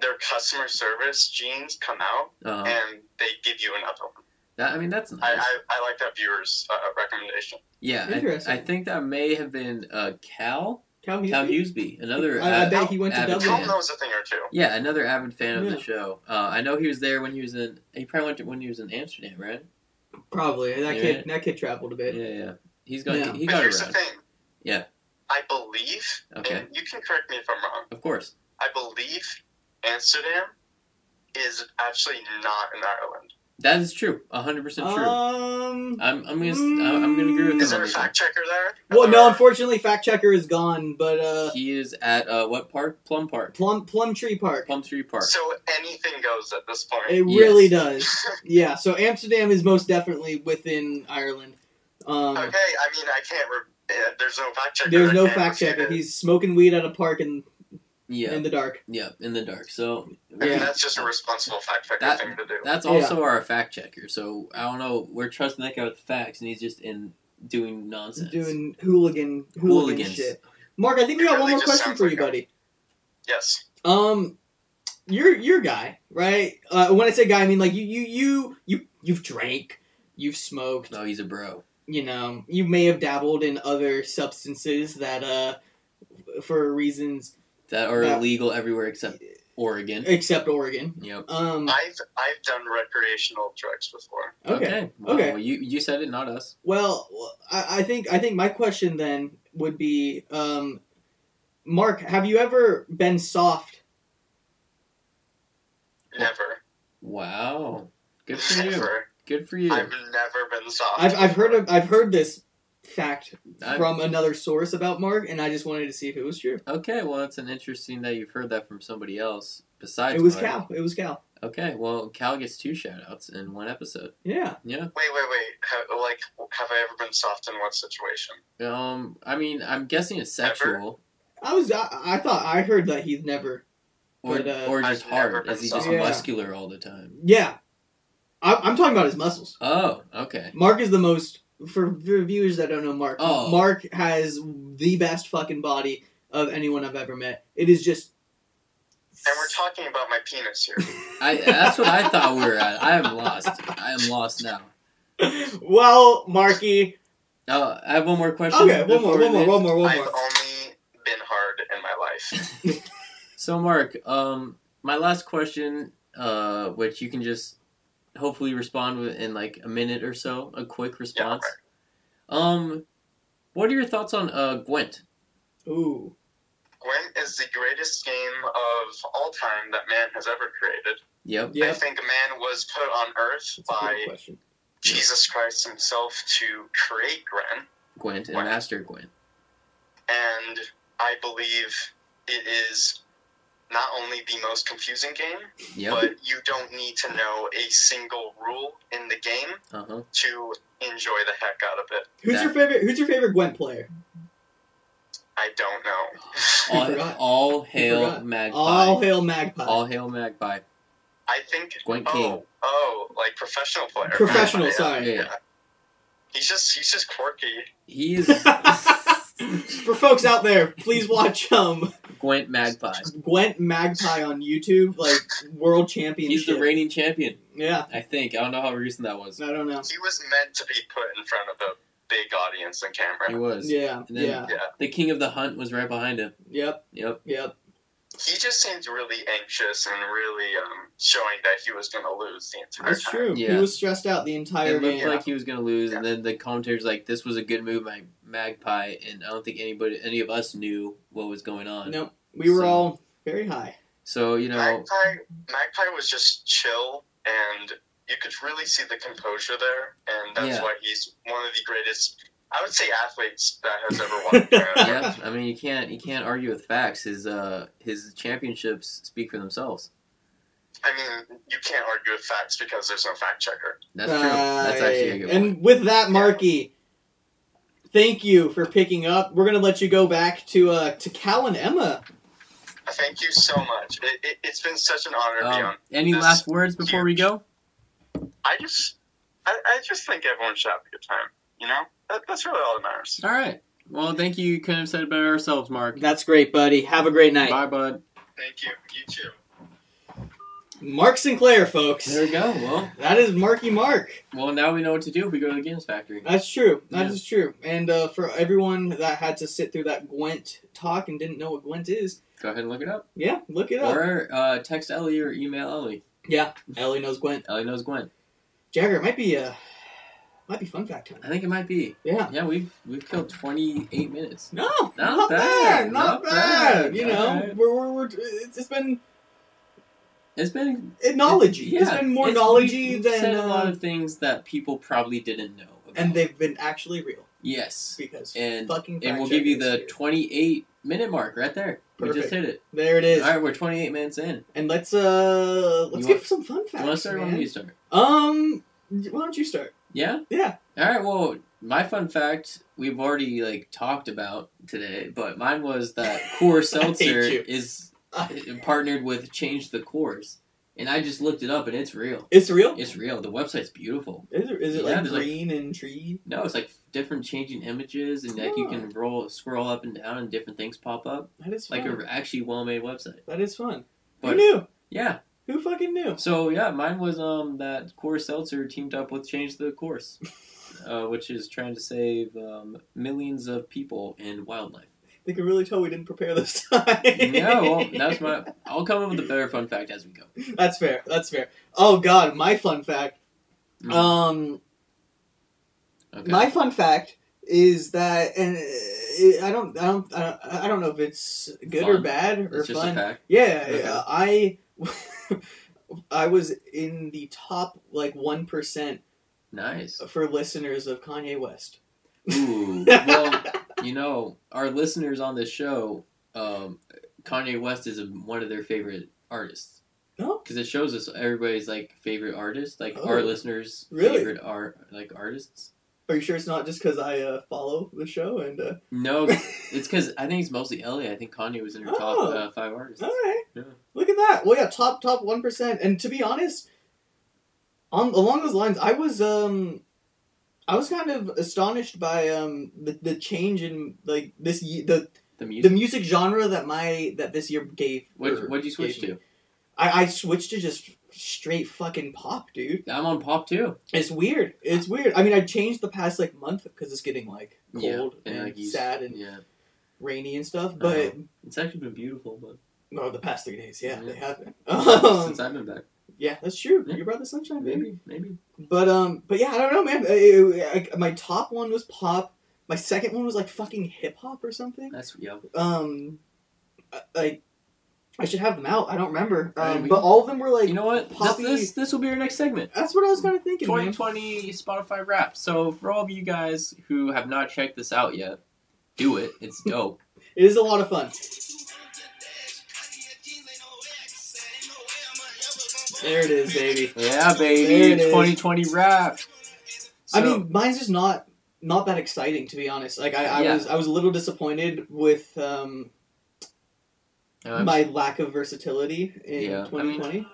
E: their customer service genes come out
C: Uh,
E: and they give you another one.
C: That, I mean, that's nice.
E: I, I, I like that viewer's uh, recommendation.
C: yeah,
D: Interesting.
C: I, I think that may have been uh, Cal
D: Cal Husby?
C: Cal Huseby, another.
D: I, I
C: uh,
D: bet he went to
C: avid
D: Dublin.
E: Tom
C: fan.
E: knows a thing or two.
C: Yeah, another avid fan of
D: Yeah.
C: the show. Uh, I know he was there when he was in. He probably went to, when he was in Amsterdam, right?
D: Probably that
C: Yeah.
D: kid. That kid traveled a
C: Yeah,
D: bit.
C: yeah. He's got.
D: Yeah.
C: He, he
E: But
C: got
E: here's
C: around.
E: the thing.
C: Yeah.
E: I believe,
C: Okay.
E: and you can correct me if I'm wrong.
C: Of course.
E: I believe Amsterdam is actually not in Ireland.
C: That is true. hundred percent true. Uh,
D: Um.
C: I'm. I'm gonna. s- I'm I'm gonna agree with
E: Is
C: him
E: there
C: on
E: a
C: this. one.
E: fact checker there?
D: Well,
E: Or-
D: no. Unfortunately, fact checker is gone. But uh,
C: He is at uh, what park? Plum Park.
D: Plum Plum Tree Park.
C: Plum Tree Park.
E: So anything goes at this point.
D: It
C: Yes.
D: really does. Yeah. So Amsterdam is most definitely within Ireland. Um,
E: okay, I mean, I can't. Re- uh, there's no fact checker.
D: There's
E: I
D: no
E: can't
D: fact
E: repeat
D: checker.
E: it.
D: He's smoking weed at a park in
C: yeah.
D: in the dark.
C: yeah. In the dark. So.
E: I mean,
D: Yeah.
E: that's just a responsible fact checker
C: That-
E: thing to do.
C: That's also our fact checker. So I don't know. We're trusting that guy with the facts, and he's just in doing nonsense.
D: Doing hooligan hooligan
C: Hooligans.
D: shit. Mark, I think we
E: It
D: got one
E: really
D: more
E: just
D: question
E: sounds
D: for
E: like
D: you,
E: a-
D: buddy.
E: yes.
D: Um, you're you're a guy, right? Uh, when I say guy, I mean like you you you you you've drank, you've smoked,
C: No, he's a bro.
D: you know, you may have dabbled in other substances that uh, for reasons
C: That are
D: Yeah.
C: illegal everywhere except Oregon.
D: except Oregon.
C: Yep.
D: Um,
E: I've I've done recreational drugs before.
D: okay.
C: Wow,
D: okay.
C: well, you you said it, not us.
D: Well, I, I think I think my question then would be, um, Mark, have you ever been soft?
E: Never.
C: Wow. Good for you.
E: never.
C: Good for you.
E: I've never been soft.
D: I've I've heard of, I've heard this fact
C: I'm-
D: from another source about Mark, and I just wanted to see if it was true.
C: okay. Well, it's an interesting that you've heard that from somebody else besides.
D: it was
C: Mark.
D: Cal. It was Cal.
C: Okay. Well, Cal gets two shout outs in one episode.
D: Yeah.
C: Yeah.
E: Wait, wait, wait. Have, like, have I ever been soft in what situation?
C: Um. I mean, I'm guessing it's
E: Ever?
C: sexual
D: I was I, I thought I heard that he's never
C: or
D: But, uh,
C: or just
E: I've never
C: hard.
E: been
C: Is he just
D: soft. Yeah.
C: muscular all the time?
D: Yeah. I'm, I'm talking about his muscles.
C: Oh, okay.
D: Mark is the most for, for viewers that don't know Mark.
C: Oh.
D: Mark has the best fucking body of anyone I've ever met. It is just.
E: And we're talking about my penis here.
C: I that's what I thought we were at. I am lost. I am lost now.
D: well, Marky.
C: Oh, I have one more question.
D: Okay, one
C: before
D: more,
C: we
D: one more,
C: leave.
D: one more, one
E: I've
D: more.
E: only been hard in my life.
C: So, Mark, um, my last question, uh, which you can just hopefully respond with in like a minute or so, a quick response. Um, what are your thoughts on uh, Gwent?
D: Ooh.
E: Gwent is the greatest game of all time that man has ever created.
C: Yep.
E: I
D: Yeah.
E: think man was put on earth
D: That's a good
E: by
D: question.
E: Jesus Christ himself to create Gwen,
C: Gwent and
E: Gwent.
C: Master Gwent.
E: and I believe it is not only the most confusing game,
C: Yep.
E: but you don't need to know a single rule in the game
C: Uh huh.
E: to enjoy the heck out of it.
D: Who's your favorite? Who's your favorite Gwent player?
E: I don't know.
C: All,
D: forgot.
C: all hail
D: forgot.
C: Magpie.
D: All hail Magpie.
C: All hail Magpie.
E: I think.
C: Gwent King.
E: Oh, oh, like professional player.
D: Professional,
E: Yeah,
D: sorry.
E: yeah. He's just he's just quirky.
C: He is
D: For folks out there, please watch um
C: Gwent Magpie.
D: Gwent Magpie on YouTube, like world championship.
C: He's the reigning champion,
D: yeah,
C: I think. I don't know how recent that was.
D: I don't know.
E: He was meant to be put in front of a big audience and
C: He
E: camera.
C: was.
D: Yeah,
C: And then-
D: yeah,
C: The King of the Hunt was right behind him.
D: yep,
C: Yep.
D: yep.
E: He just seemed really anxious and really um, showing that he was going to lose the entire
D: That's
E: time.
D: true.
C: Yeah.
D: He was stressed out the entire
C: It looked
D: game.
C: like he was gonna lose, and then the commentator's like, "This was a good move, my magpie," and I don't think anybody, any of us, knew what was going on.
D: nope, we were
C: So-
D: all very high.
C: So you know,
E: Magpie, Magpie was just chill, and you could really see the composure there, and that's
C: Yeah.
E: why he's one of the greatest, I would say, athletes that has ever won. the Grand
C: yeah. I mean, you can't you can't argue with facts. His uh his championships speak for themselves.
E: I mean, you can't argue with facts because there's no fact checker.
C: That's true. That's actually a good
D: and
C: point.
D: with that, Marky, thank you for picking up. We're gonna let you go back to uh to Cal and Emma.
E: Thank you so much. It, it, it's been such an honor to be on.
C: Um, any
E: This-
C: last words before we go?
E: I just, I, I just think everyone should have a good time. You know, that, that's really all that matters.
C: All right. Well, thank you. You Couldn't have said it better ourselves, Mark.
D: That's great, buddy. Have a great night,
C: Bye, bud.
E: Thank you. You too.
D: Mark Sinclair, folks.
C: There we go. Well,
D: That is Marky Mark.
C: well, now we know what to do if we go to the Games Factory.
D: That's true. That is
C: Yeah.
D: true. And uh, for everyone that had to sit through that Gwent talk and didn't know what Gwent is,
C: Go ahead and look it up,
D: yeah, look it up.
C: or uh, text Ellie or email Ellie.
D: Yeah, Ellie knows Gwent.
C: Ellie knows Gwen.
D: Jagger it might be uh, might be fun fact time.
C: I think it might be.
D: Yeah.
C: Yeah, we've we've killed twenty eight minutes.
D: No,
C: bad,
D: not, bad, not
C: not bad.
D: bad. You
C: All
D: know,
C: right.
D: we're, we're, we're it's, it's been
C: It's been
D: knowledge. it's
C: yeah,
D: been more
C: it's-
D: knowledge
C: we've- we've
D: than
C: said a lot
D: uh,
C: of things that people probably didn't know. About.
D: and they've been actually real
C: yes,
D: because
C: and
D: fucking
C: and we'll
D: fact
C: give you
D: checkers
C: the
D: here.
C: twenty eight minute mark right there. We just hit it.
D: there it is.
C: All right, we're twenty eight minutes in.
D: And let's uh let's
C: You
D: give
C: want-
D: some fun
C: You want to
D: facts.
C: start? or Want
D: man.
C: me to start?
D: Um, why don't you start?
C: Yeah.
D: Yeah.
C: All right. Well, my fun fact we've already like talked about today, but mine was that Core Seltzer
D: you.
C: is partnered with Change the Course, and I just looked it up and it's real.
D: It's real.
C: It's real. The website's beautiful.
D: Is it, is it
C: Yeah,
D: like
C: there's like-
D: green and tree?
C: No, it's like different changing images, and like you can roll, scroll up and down, and different things pop up.
D: That is fun.
C: Like a actually well-made website.
D: that is fun. Who
C: But
D: knew?
C: yeah,
D: Who fucking knew?
C: so yeah, mine was um that Core Seltzer teamed up with Change the Course, uh, which is trying to save um, millions of people and wildlife.
D: They could really tell we didn't prepare this time.
C: yeah, well, that's my. I'll come up with a better fun fact as we go.
D: That's fair. That's fair. Oh god, my fun fact.
C: Mhm.
D: Um,
C: Okay.
D: my fun fact is that, and uh, I don't, I don't, I don't, I don't know if it's good or
C: Fun.
D: bad or
C: it's just
D: fun.
C: a fact.
D: Yeah,
C: Okay.
D: yeah, I I was in the top like one percent
C: Nice.
D: for listeners of Kanye West.
C: Ooh, well, you know, our listeners on this show, um, Kanye West is a, one of their favorite artists.
D: Oh.
C: Because it shows us everybody's like favorite artist, like
D: Oh.
C: our listeners'
D: Really?
C: favorite art, like artists.
D: Are you sure it's not just because I uh, follow the show and? Uh...
C: No, it's because I think it's mostly Ellie. I think Kanye was in her
D: Oh.
C: top uh, five artists.
D: All right,
C: Yeah.
D: look at that. Well, yeah, top top one percent. And to be honest, on along those lines, I was um, I was kind of astonished by um the, the change in like this ye- the
C: The
D: the
C: music.
D: music genre that my that this year gave.
C: what
D: or
C: what'd you switch
D: gave me.
C: to?
D: I I switched to just straight fucking pop, dude.
C: I'm on pop too.
D: It's weird. It's weird. I mean, I changed the past like month because it's getting like
C: Yeah,
D: cold and
C: like, you-
D: sad and
C: yeah,
D: rainy and stuff. But
C: it's actually been beautiful, but
D: no, the past three days, yeah,
C: Yeah.
D: they have been. Um,
C: since I've been back,
D: yeah, that's true.
C: Yeah.
D: You brought the sunshine, baby.
C: maybe maybe
D: But um, but yeah, I don't know, man. I- I- I- my top one was pop. My second one was like fucking hip hop or something.
C: that's yeah.
D: Um, I- like I should have them out. I don't remember.
C: I mean,
D: Um,
C: we-
D: but all of them were like
C: You know what? This,
D: Poppy-
C: this this will be our next segment.
D: That's what I was kind of thinking. man.
C: 2020 Spotify Wrapped. So for all of you guys who have not checked this out yet, do it. It's dope.
D: It is a lot of fun. There it is, baby.
C: yeah,
D: There
C: baby.
D: it is.
C: 2020 Wrapped.
D: I
C: So-
D: mean, mine's just not not that exciting to be honest. Like I, I
C: Yeah.
D: was I was a little disappointed with um,
C: Um,
D: my lack of versatility in
C: Yeah, I mean-
D: 2020.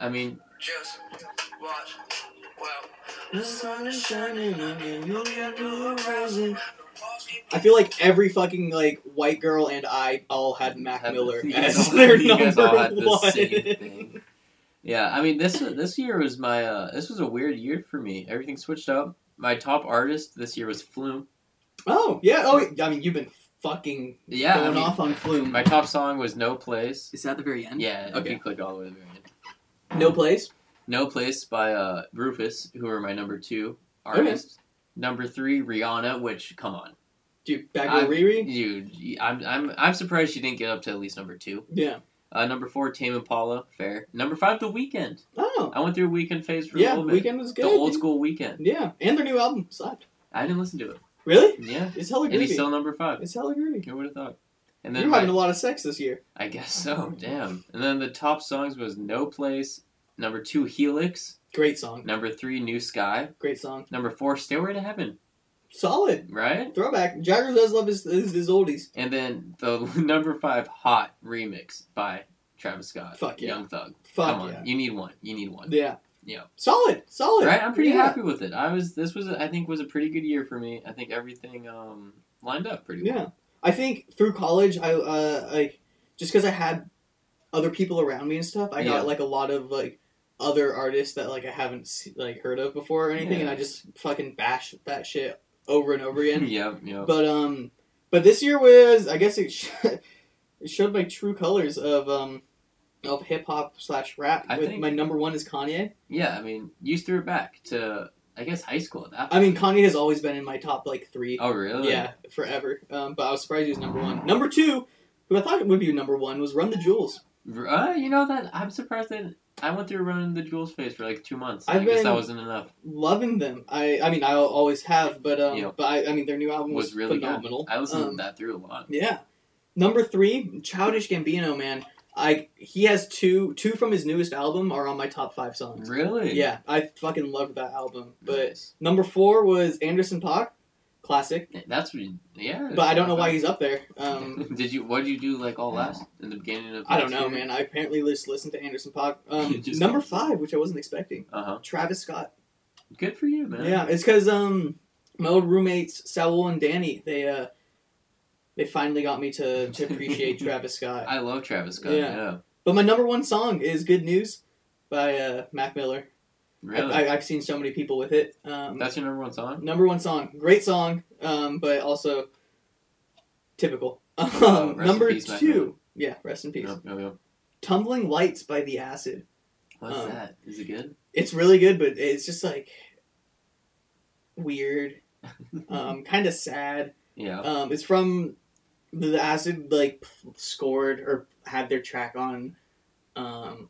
C: I mean,
F: Just watch. Well,
D: The sun is shining on you, you'll get the horizon. I feel like every fucking like white girl and I all had Mac
C: Had-
D: Miller
C: you guys
D: as
C: all-
D: their
C: you
D: number
C: guys all had the
D: one.
C: same thing. yeah, I mean this this year was my uh, this was a weird year for me. Everything switched up. My top artist this year was Flume.
D: Oh yeah. Oh, I mean, you've been fucking
C: Yeah, I
D: going
C: mean,
D: off on Flume.
C: my top song was No Place.
D: Is that the very end?
C: Yeah, if
D: Okay.
C: you click all the way to the very end.
D: No plays.
C: No Place by uh, Rufus, who are my number two
D: Okay.
C: artists. Number three, Rihanna. Which, come on,
D: Dude, back
C: I-
D: to Riri.
C: dude, I'm I'm I'm surprised she didn't get up to at least number two.
D: Yeah.
C: Uh, number four, Tame Impala. Fair. Number five, The Weekend.
D: Oh.
C: I went through a weekend phase for a
D: Yeah.
C: little bit.
D: Weekend was good.
C: the old
D: dude.
C: school weekend.
D: Yeah, and their new album slapped.
C: I didn't listen to it.
D: Really?
C: Yeah,
D: It's hella
C: and he's
D: groovy.
C: still number five.
D: It's hella groovy.
C: Who would have thought? And
D: You're
C: then my,
D: having a lot of sex this year.
C: I guess so. Damn. And then the top songs was No Place. Number two, Helix.
D: Great song.
C: Number three, New Sky.
D: Great song.
C: Number four, Stairway to Heaven.
D: Solid.
C: Right.
D: Throwback. Jagger does love his, his, his oldies.
C: And then the number five hot remix by Travis Scott.
D: Fuck yeah.
C: Young Thug.
D: Fuck
C: Come on.
D: yeah.
C: You need one. You need one.
D: Yeah.
C: Yeah.
D: Solid. Solid.
C: Right? I'm pretty
D: Yeah.
C: happy with it. I was this was a, I think was a pretty good year for me. I think everything um lined up pretty well.
D: Yeah. I think through college, I uh like just because I had other people around me and stuff, I
C: Yeah.
D: got like a lot of like other artists that like I haven't se- like heard of before or anything,
C: Yeah.
D: and I just fucking bash that shit over and over again.
C: yeah, yeah.
D: But um, but this year was I guess it, sh- it showed my true colors of um of hip hop slash rap.
C: I
D: With
C: think-
D: my number one is Kanye.
C: Yeah, I mean, you threw it back to I guess high school at that
D: I mean, Kanye has always been in my top like three.
C: Oh really?
D: Yeah, forever. Um, but I was surprised he was number one. Number two, who I thought would be number one, was Run the Jewels.
C: R- Uh, you know that I'm surprised that I went through running the Jules phase for like two months. i
D: I've
C: guess
D: been-
C: that wasn't enough.
D: Loving them. I I mean, I always have, but um,
C: Yeah.
D: but I, I mean, their new album was,
C: Was really good.
D: phenomenal.
C: I listened
D: Um,
C: to that through a lot.
D: Yeah. Number three, Childish Gambino, man. I he has two two from his newest album are on my top five songs.
C: Really?
D: Yeah, I fucking loved that album. But
C: Nice.
D: number four was Anderson Park, classic.
C: that's what you- yeah.
D: But I don't know why he's up there. Um,
C: did you? What did you do like all last in the beginning of?
D: I don't know, man. I apparently just listened to Anderson Park. Um,
C: Just-
D: number five, which I wasn't expecting,
C: Uh huh.
D: Travis Scott.
C: Good for you, man.
D: Yeah, it's because um, my old roommates Saul and Danny they uh, they finally got me to to appreciate Travis Scott.
C: I love Travis Scott.
D: Yeah.
C: Yeah.
D: But my number one song is "Good News" by uh, Mac Miller.
C: Really.
D: I, I, I've seen so many people with it. Um,
C: that's your number one song.
D: number one song, great song, um, but also typical. Um,
C: Oh, rest in
D: number
C: peace, Mac Miller.
D: two, yeah, rest in peace.
C: Yep, yep, yep.
D: "Tumbling Lights" by The Acid.
C: What's
D: Um,
C: that? Is it good?
D: It's really good, but it's just like weird, um, kind of sad.
C: Yeah.
D: Um, it's from The Acid, like scored or had their track on um,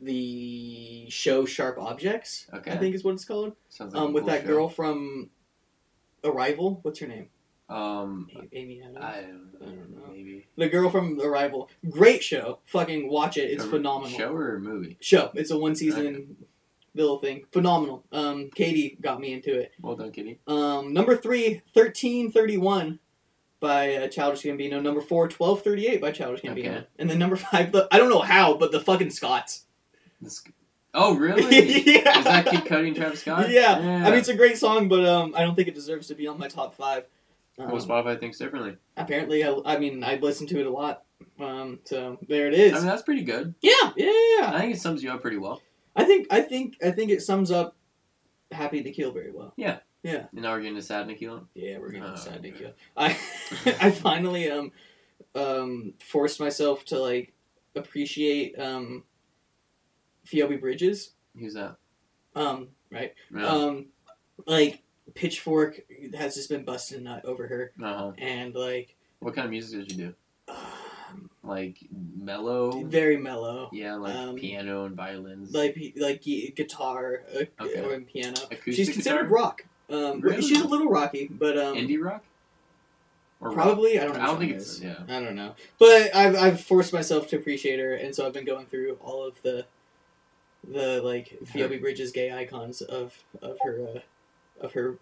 D: the show Sharp Objects. I
C: Okay.
D: think is what it's called.
C: Sounds like a
D: Um, with
C: cool
D: that
C: show.
D: girl from Arrival. What's her name?
C: Um,
D: A- Amy Adams.
C: I don't
D: I don't know.
C: know. Maybe.
D: The girl from Arrival. Great show. Fucking watch it. It's
C: A
D: phenomenal.
C: Show or a movie?
D: Show. It's a one season little thing. Phenomenal. Um, Katie got me into it.
C: Well done, Kitty.
D: Um, number three, 1331 by uh, Childish Gambino. Number four, 1238 by Childish Gambino.
C: Okay.
D: And then number five, the, I don't know how, but the fucking Scots.
C: This Oh, really?
D: yeah.
C: Is that Kid Cudi and Travis Scott?
D: Yeah. I mean, it's a great song, but um, I don't think it deserves to be on my top five. Um,
C: well, Spotify thinks differently.
D: apparently, I, I mean, I listen to it a lot. Um, so there it is.
C: I mean, that's pretty good.
D: yeah, yeah, yeah.
C: I think it sums you up pretty well.
D: I think, I think, I think it sums up "Happy to Kill" very well.
C: And now we're getting to Sad Nikila.
D: Yeah, we're gonna
C: Oh,
D: decide to
C: okay.
D: go. I I finally um um forced myself to like appreciate um Phoebe Bridges.
C: Who's that?
D: Um, right.
C: Yeah.
D: Um like Pitchfork has just been busting a nut over her
C: uh-huh.
D: and like
C: What kind of music does she do?
D: um,
C: Like mellow?
D: very mellow.
C: Yeah, like
D: Um,
C: piano and violins.
D: Like like gu- guitar uh,
C: Okay.
D: or piano.
C: Acoustic
D: She's considered
C: guitar?
D: rock. Um
C: Really?
D: she's a little rocky, but um
C: indie rock? Or rock?
D: Probably, I don't. Know
C: I
D: which
C: don't think
D: one it
C: it's-
D: is.
C: yeah.
D: I don't know, but I've I've forced myself to appreciate her, and so I've been going through all of the, the like Phoebe Bridges gay icons of of her uh, of her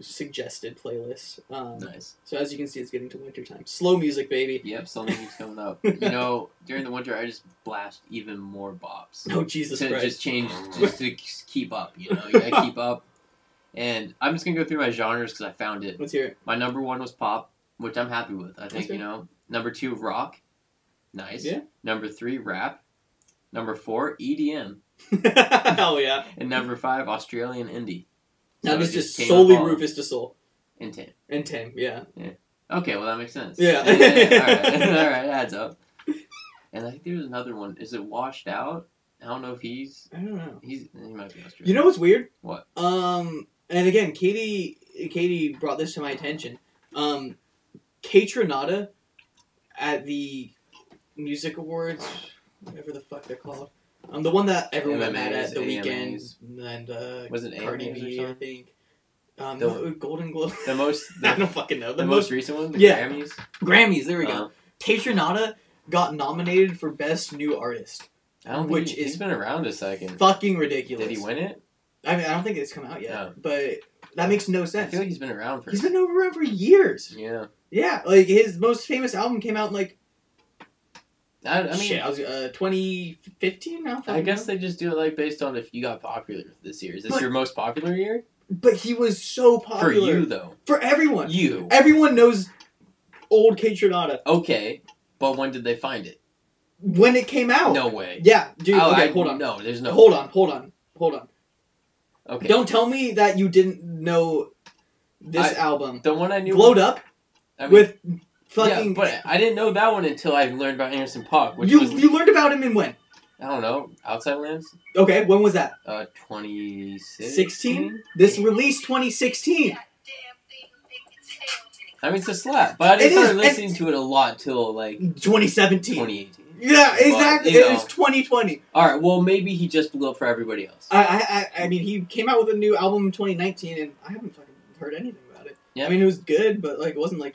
D: suggested playlist. Um,
C: Nice.
D: So as you can see, it's getting to winter time. Slow music, baby.
C: Yep, something keeps coming up. You know, during the winter, I just blast even more bops
D: Oh Jesus
C: to
D: Christ!
C: just change, just to keep up. You know, you gotta keep up. And I'm just gonna go through my genres because I found it.
D: Let's hear it.
C: My number one was pop, which I'm happy with. I think
D: Okay.
C: you know. Number two, rock. Nice.
D: Yeah.
C: Number three, rap. Number four, E EDM,
D: Hell yeah!
C: and number five, Australian indie.
D: Now
C: So
D: this
C: it
D: just
C: came
D: solely
C: up all-
D: Rufus to Soul
C: and Tam.
D: and Tame. Yeah.
C: Okay, well that makes sense.
D: Yeah.
C: all right, all right, adds up. And I think there's another one. Is it washed out? I don't know if he's
D: I don't know.
C: He's he might be Australian.
D: You know what's weird?
C: What?
D: Um, and again, Katie Katie brought this to my attention. Um, Kate Renata at the music awards, whatever the fuck they're called. Um, the one that everyone got mad at
C: AMAs,
D: the weekend
C: AMAs.
D: and uh,
C: was it
D: Cardi
C: AMAs or
D: B, I
C: something?
D: think. Um,
C: The-
D: no, Golden Globe.
C: The most
D: I don't
C: the,
D: fucking know. The,
C: the most
D: most,
C: recent one, the
D: Yeah.
C: Grammys.
D: Grammys. There we go.
C: Uh,
D: Kate Renata got nominated for best new artist.
C: I don't
D: Which
C: which he,
D: is-
C: has been around a second.
D: Fucking ridiculous.
C: Did he win it?
D: I mean, I don't think it's come out yet,
C: No.
D: but that makes no
C: I
D: sense.
C: feel like he's been around for.
D: He's been over around for years.
C: yeah.
D: Yeah, like his most famous album came out in like
C: I, I mean,
D: shit. I was uh, 2015 now.
C: I guess they just do it like based on if you got popular this year. Is this
D: But-
C: your most popular year
D: But he was so
C: for
D: popular
C: you though?
D: For everyone.
C: You
D: Everyone knows old Kate Trinata
C: okay? But when did they find it?
D: when it came out.
C: No way.
D: Yeah, dude.
C: oh,
D: okay,
C: I,
D: hold on.
C: No, there's no.
D: Hold on. Hold on. Hold on.
C: Okay.
D: Don't tell me that you didn't know this
C: I-
D: album.
C: The one I knew.
D: Glowed up
C: I mean,
D: with
C: yeah,
D: fucking.
C: but I didn't know that one until I learned about Anderson Park, which
D: you
C: was
D: you learned about him in when?
C: I don't know outside lands.
D: Okay, when was that?
C: Uh, twenty six.
D: 16? This released 2016.
C: I mean, it's a slap, but I
D: It
C: didn't
D: is,
C: start
D: and-
C: listening to it a lot till like
D: 2017.
C: 2018.
D: Yeah,
C: But,
D: exactly.
C: you
D: It is
C: know.
D: 2020.
C: All right, well, maybe he just blew up for everybody else.
D: I, I, I, I mean, he came out with a new album in 2019, and I haven't fucking heard anything about it.
C: Yeah.
D: I mean, it was good, but like, it wasn't like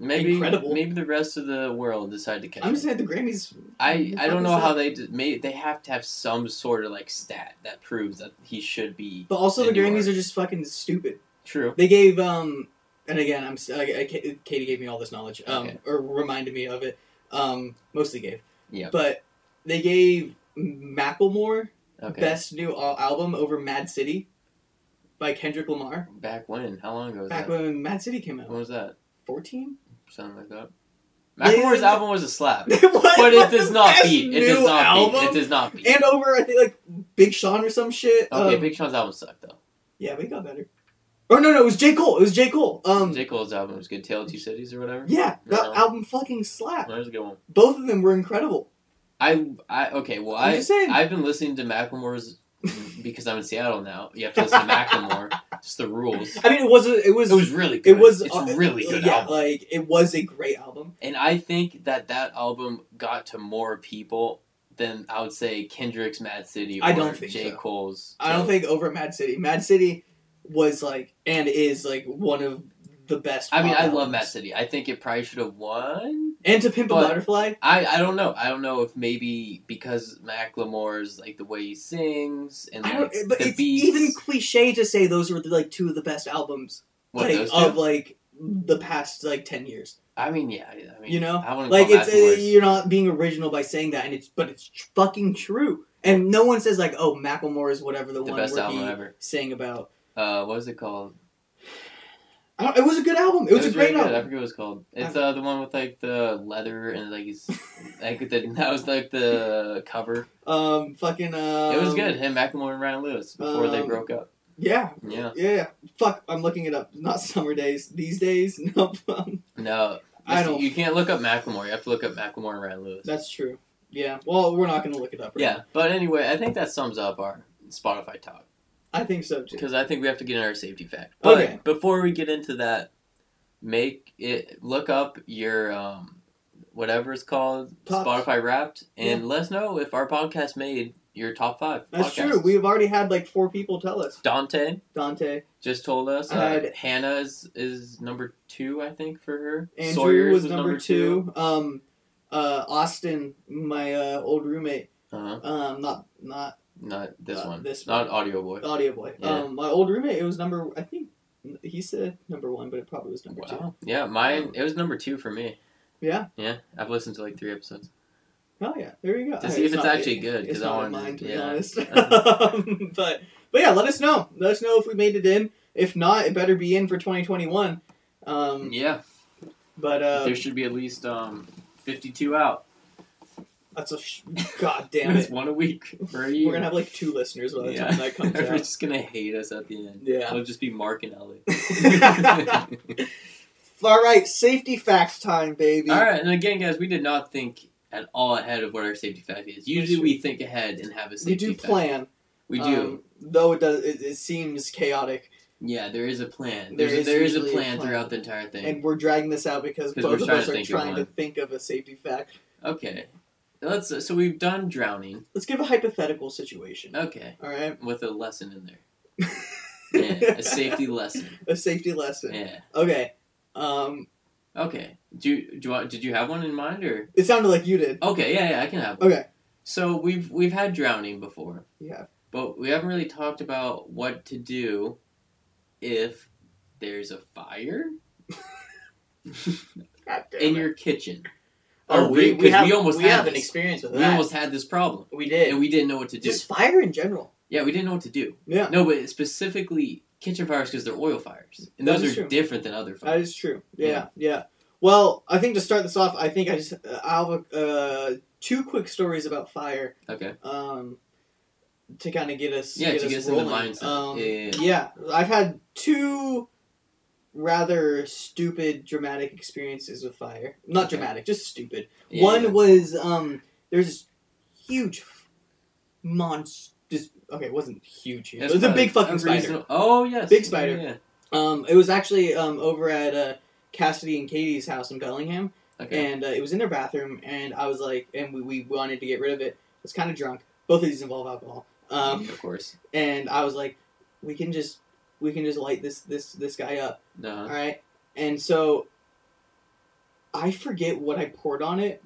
C: Maybe,
D: incredible.
C: maybe the rest of the world decided to catch
D: I'm
C: him.
D: just saying the Grammys.
C: I, I
D: fucking
C: don't know how
D: suck.
C: they did, may they have to have some sort of like stat that proves that he should be
D: But also, the
C: They do
D: Grammys
C: are.
D: are just fucking stupid.
C: true.
D: They gave um, and again, I'm s- I, I- Ka- Katie gave me all this knowledge, um,
C: Okay.
D: or reminded me of it, um, mostly gave.
C: Yeah.
D: But they gave Macklemore
C: Okay.
D: best new al- album over Mad City by Kendrick Lamar.
C: Back when? How long ago was
D: Back
C: that?
D: when Mad City came out,
C: When was that?
D: 14.
C: Something like that.
D: They-
C: Macklemore's album was a slap,
D: What?
C: but it
D: What
C: does
D: the
C: not
D: best
C: beat. It does
D: new
C: not beat. It
D: album?
C: does not beat.
D: And over, I think like Big Sean or some shit.
C: okay,
D: um,
C: Big Sean's album sucked though.
D: yeah, we got better. Or no, no, it was J Cole. It was J Cole. Um,
C: J Cole's album was good. Tale of Two Cities or whatever.
D: yeah, that
C: No.
D: album fucking slapped.
C: That was a good one.
D: Both of them were incredible.
C: I, I okay. Well,
D: I'm
C: I
D: just saying.
C: I've been listening to Macklemore's because I'm in Seattle now. You have to listen to Macklemore. It's the rules.
D: I mean, it was it was
C: It was really
D: it
C: good.
D: was
C: it's
D: uh,
C: really good
D: Yeah,
C: album.
D: like it was a great album.
C: And I think that that album got to more people than I would say Kendrick's Mad City or
D: I don't think
C: J
D: so.
C: Cole's.
D: I don't think over Mad City. Mad City was like and is like one of the best.
C: I mean,
D: pop
C: I love Mad
D: albums.
C: City. I think it probably should have won.
D: And to Pimp a
C: but-
D: Butterfly,
C: I, I don't know. I don't know if maybe because Macklemore's like the way he sings and
D: I
C: like
D: don't. But
C: the
D: it's
C: beats.
D: even cliche to say those were like two of the best albums
C: what,
D: like,
C: those two?
D: of like the past like 10 years
C: I mean, yeah. I mean,
D: you know?
C: I wouldn't
D: like
C: call
D: it's uh,
C: Macklemore's-
D: you're not being original by saying that and it's but it's tr- fucking true And no one says like, "Oh, Macklemore is whatever the,
C: The
D: one
C: best
D: where
C: album
D: he
C: ever.
D: sang about."
C: Uh, what was it called?
D: I don't, it was a good album. It, was, a great
C: really good. I
D: album.
C: forget what it was called. It's uh, the one with like the leather and like he's like the, that was like the cover.
D: Um, fucking. Um,
C: it was good. Him, Macklemore, and Ryan Lewis before they
D: um,
C: broke up.
D: Yeah,
C: Yeah.
D: yeah. Fuck, I'm looking it up. Not summer days. These days, nope. Um,
C: No,
D: I
C: Listen,
D: don't-
C: You can't look up Macklemore. You have to look up Macklemore and Ryan Lewis.
D: that's true. Yeah. Well, we're not gonna look it up. Right
C: yeah,
D: now.
C: but anyway, I think that sums up our Spotify talk
D: I think so too.
C: because I think we have to get in our safety fact. But
D: Okay.
C: before we get into that, make it look up your um, whatever it's called
D: Tops.
C: Spotify Wrapped, and let us know if our podcast made your top five.
D: That's
C: podcasts.
D: true. We have already had like four people tell us.
C: Dante
D: Dante,
C: just told us
D: I
C: uh,
D: had-
C: Hannah is, is number two, I think, for her.
D: Andrew
C: Sawyer's
D: was number, two. Um, uh, Austin, my uh, old roommate.
C: Uh-huh.
D: Um, not not
C: Not this
D: Uh,
C: one.
D: this
C: Not Audio Boy.
D: Audio Boy.
C: Yeah.
D: Um, my old roommate, it was number. I think he said number one, but it probably was number two.
C: Wow. Yeah, mine. It was number two for me.
D: Yeah.
C: Yeah, I've listened to like three episodes.
D: Oh yeah, there you go.
C: To
D: All
C: see
D: right,
C: if it's
D: not-
C: actually good, 'cause
D: It's
C: I
D: not in
C: wanted
D: mine,
C: to-
D: to be
C: yeah. Uh-huh.
D: honest. Um, but but yeah, let us know. Let us know if we made it in. If not, it better be in for 2021. Um,
C: Yeah,
D: but uh,
C: there should be at least um, fifty-two out.
D: that's a sh- god damn
C: It's
D: it.
C: one a week for a year.
D: We're gonna have like two listeners by the
C: yeah.
D: time that comes
C: They're
D: out.
C: just gonna hate us at the end.
D: Yeah.
C: It'll just be Mark and Ellie.
D: All right, safety facts time, baby.
C: all right, and again, guys, we did not think at all ahead of what our safety fact is. Usually, we think ahead and have a
D: we
C: safety.
D: do
C: fact.
D: plan.
C: We do.
D: um, though it does. It, it seems chaotic.
C: yeah, there is a plan.
D: There
C: There's a-
D: is
C: there is a
D: usually a
C: plan
D: plan.
C: throughout the entire thing.
D: and we're dragging this out because
C: 'Cause
D: both
C: we're
D: of
C: trying
D: us
C: to
D: are
C: think of
D: trying to
C: one.
D: think of a safety fact.
C: okay, let's. uh, So we've done drowning.
D: Let's give a hypothetical situation.
C: Okay,
D: All right,
C: with a lesson in there. Yeah, a safety lesson.
D: a safety lesson.
C: Yeah.
D: Okay, um,
C: Okay. Do you, do you want, did you have one in mind or?
D: it sounded like you did.
C: Okay. Yeah. Yeah. I can have one.
D: Okay,
C: So we've we've had drowning before,
D: yeah,
C: but we haven't really talked about what to do if there's a fire
D: God damn
C: in
D: it.
C: your kitchen.
D: Oh,
C: Or
D: we,
C: 'cause
D: we have
C: we almost
D: we
C: had
D: have an
C: this.
D: experience with
C: We
D: that.
C: almost had this problem,
D: we did.
C: and we didn't know what to do.
D: just fire in general.
C: Yeah, we didn't know what to do.
D: Yeah,
C: No, but specifically kitchen fires because they're oil fires, and
D: That
C: those
D: is
C: are
D: true.
C: different than other
D: that
C: fires.
D: is true. Yeah, yeah. Well, I think to start this off, I think I just uh, I'll have uh, two quick stories about fire.
C: Okay.
D: um, to kind of get us
C: Yeah,
D: get
C: to
D: us
C: get us in the
D: rolling.
C: mindset.
D: Um,
C: Yeah, yeah,
D: I've had two rather stupid dramatic experiences with fire. Not
C: Okay.
D: dramatic, just stupid.
C: Yeah,
D: One
C: yeah.
D: was um, there's this huge monster. Okay, it wasn't huge. huge.
C: That's
D: It was a
C: probably
D: big fucking spider.
C: unreasonable- Oh yes,
D: Big
C: Yeah,
D: spider.
C: yeah.
D: Um, it was actually um over at uh, Cassidy and Katie's house in Bellingham
C: Okay.
D: and uh, it was in their bathroom and i was like and we, we wanted to get rid of it i was kind of drunk both of these involve alcohol um,
C: of course.
D: and i was like we can just we can just light this this this guy up all
C: No.
D: right and so i forget what i poured on it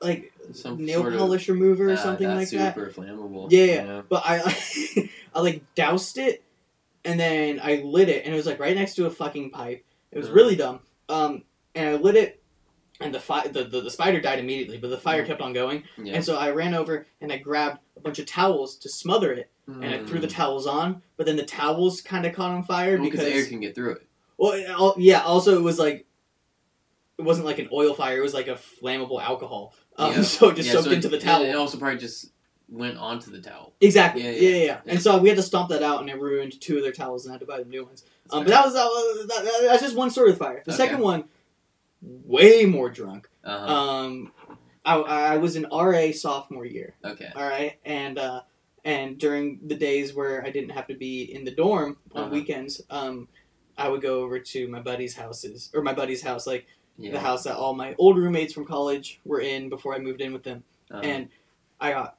D: like
C: Some
D: nail
C: sort of-
D: polish remover or
C: Ah,
D: something like
C: that's
D: that
C: Super flammable.
D: Yeah.
C: know?
D: but i i like doused it and then i lit it and it was like right next to a fucking pipe it was
C: Mhm.
D: really dumb um and i lit it and the, fi- the, the the spider died immediately but the fire
C: Mhm.
D: kept on going
C: Yeah.
D: and so I ran over and I grabbed a bunch of towels to smother it, and I threw the
C: Mm.
D: towels on. But then the towels kind of caught on fire
C: Well,
D: because,
C: air can get through it.
D: well, it al- yeah. Also, it was like it wasn't like an oil fire; it was like a flammable alcohol. Um,
C: Yeah.
D: So it just
C: Yeah,
D: soaked
C: so it-
D: into the
C: and
D: towel.
C: It also probably just went onto the towel.
D: exactly.
C: Yeah,
D: Yeah
C: yeah,
D: yeah, yeah, And so we had to stomp that out, and it ruined two of their towels, and I had to buy them new ones. Um, but that was that, was- that, that- that's just one story of fire. The
C: Okay.
D: second one, way more drunk.
C: Uh-huh.
D: Um, I, I was an RA sophomore year.
C: okay.
D: all right and uh and during the days where i didn't have to be in the dorm on
C: Uh-huh.
D: weekends um i would go over to my buddy's houses or my buddy's house like
C: Yeah.
D: the house that all my old roommates from college were in before i moved in with them
C: uh-huh.
D: and i got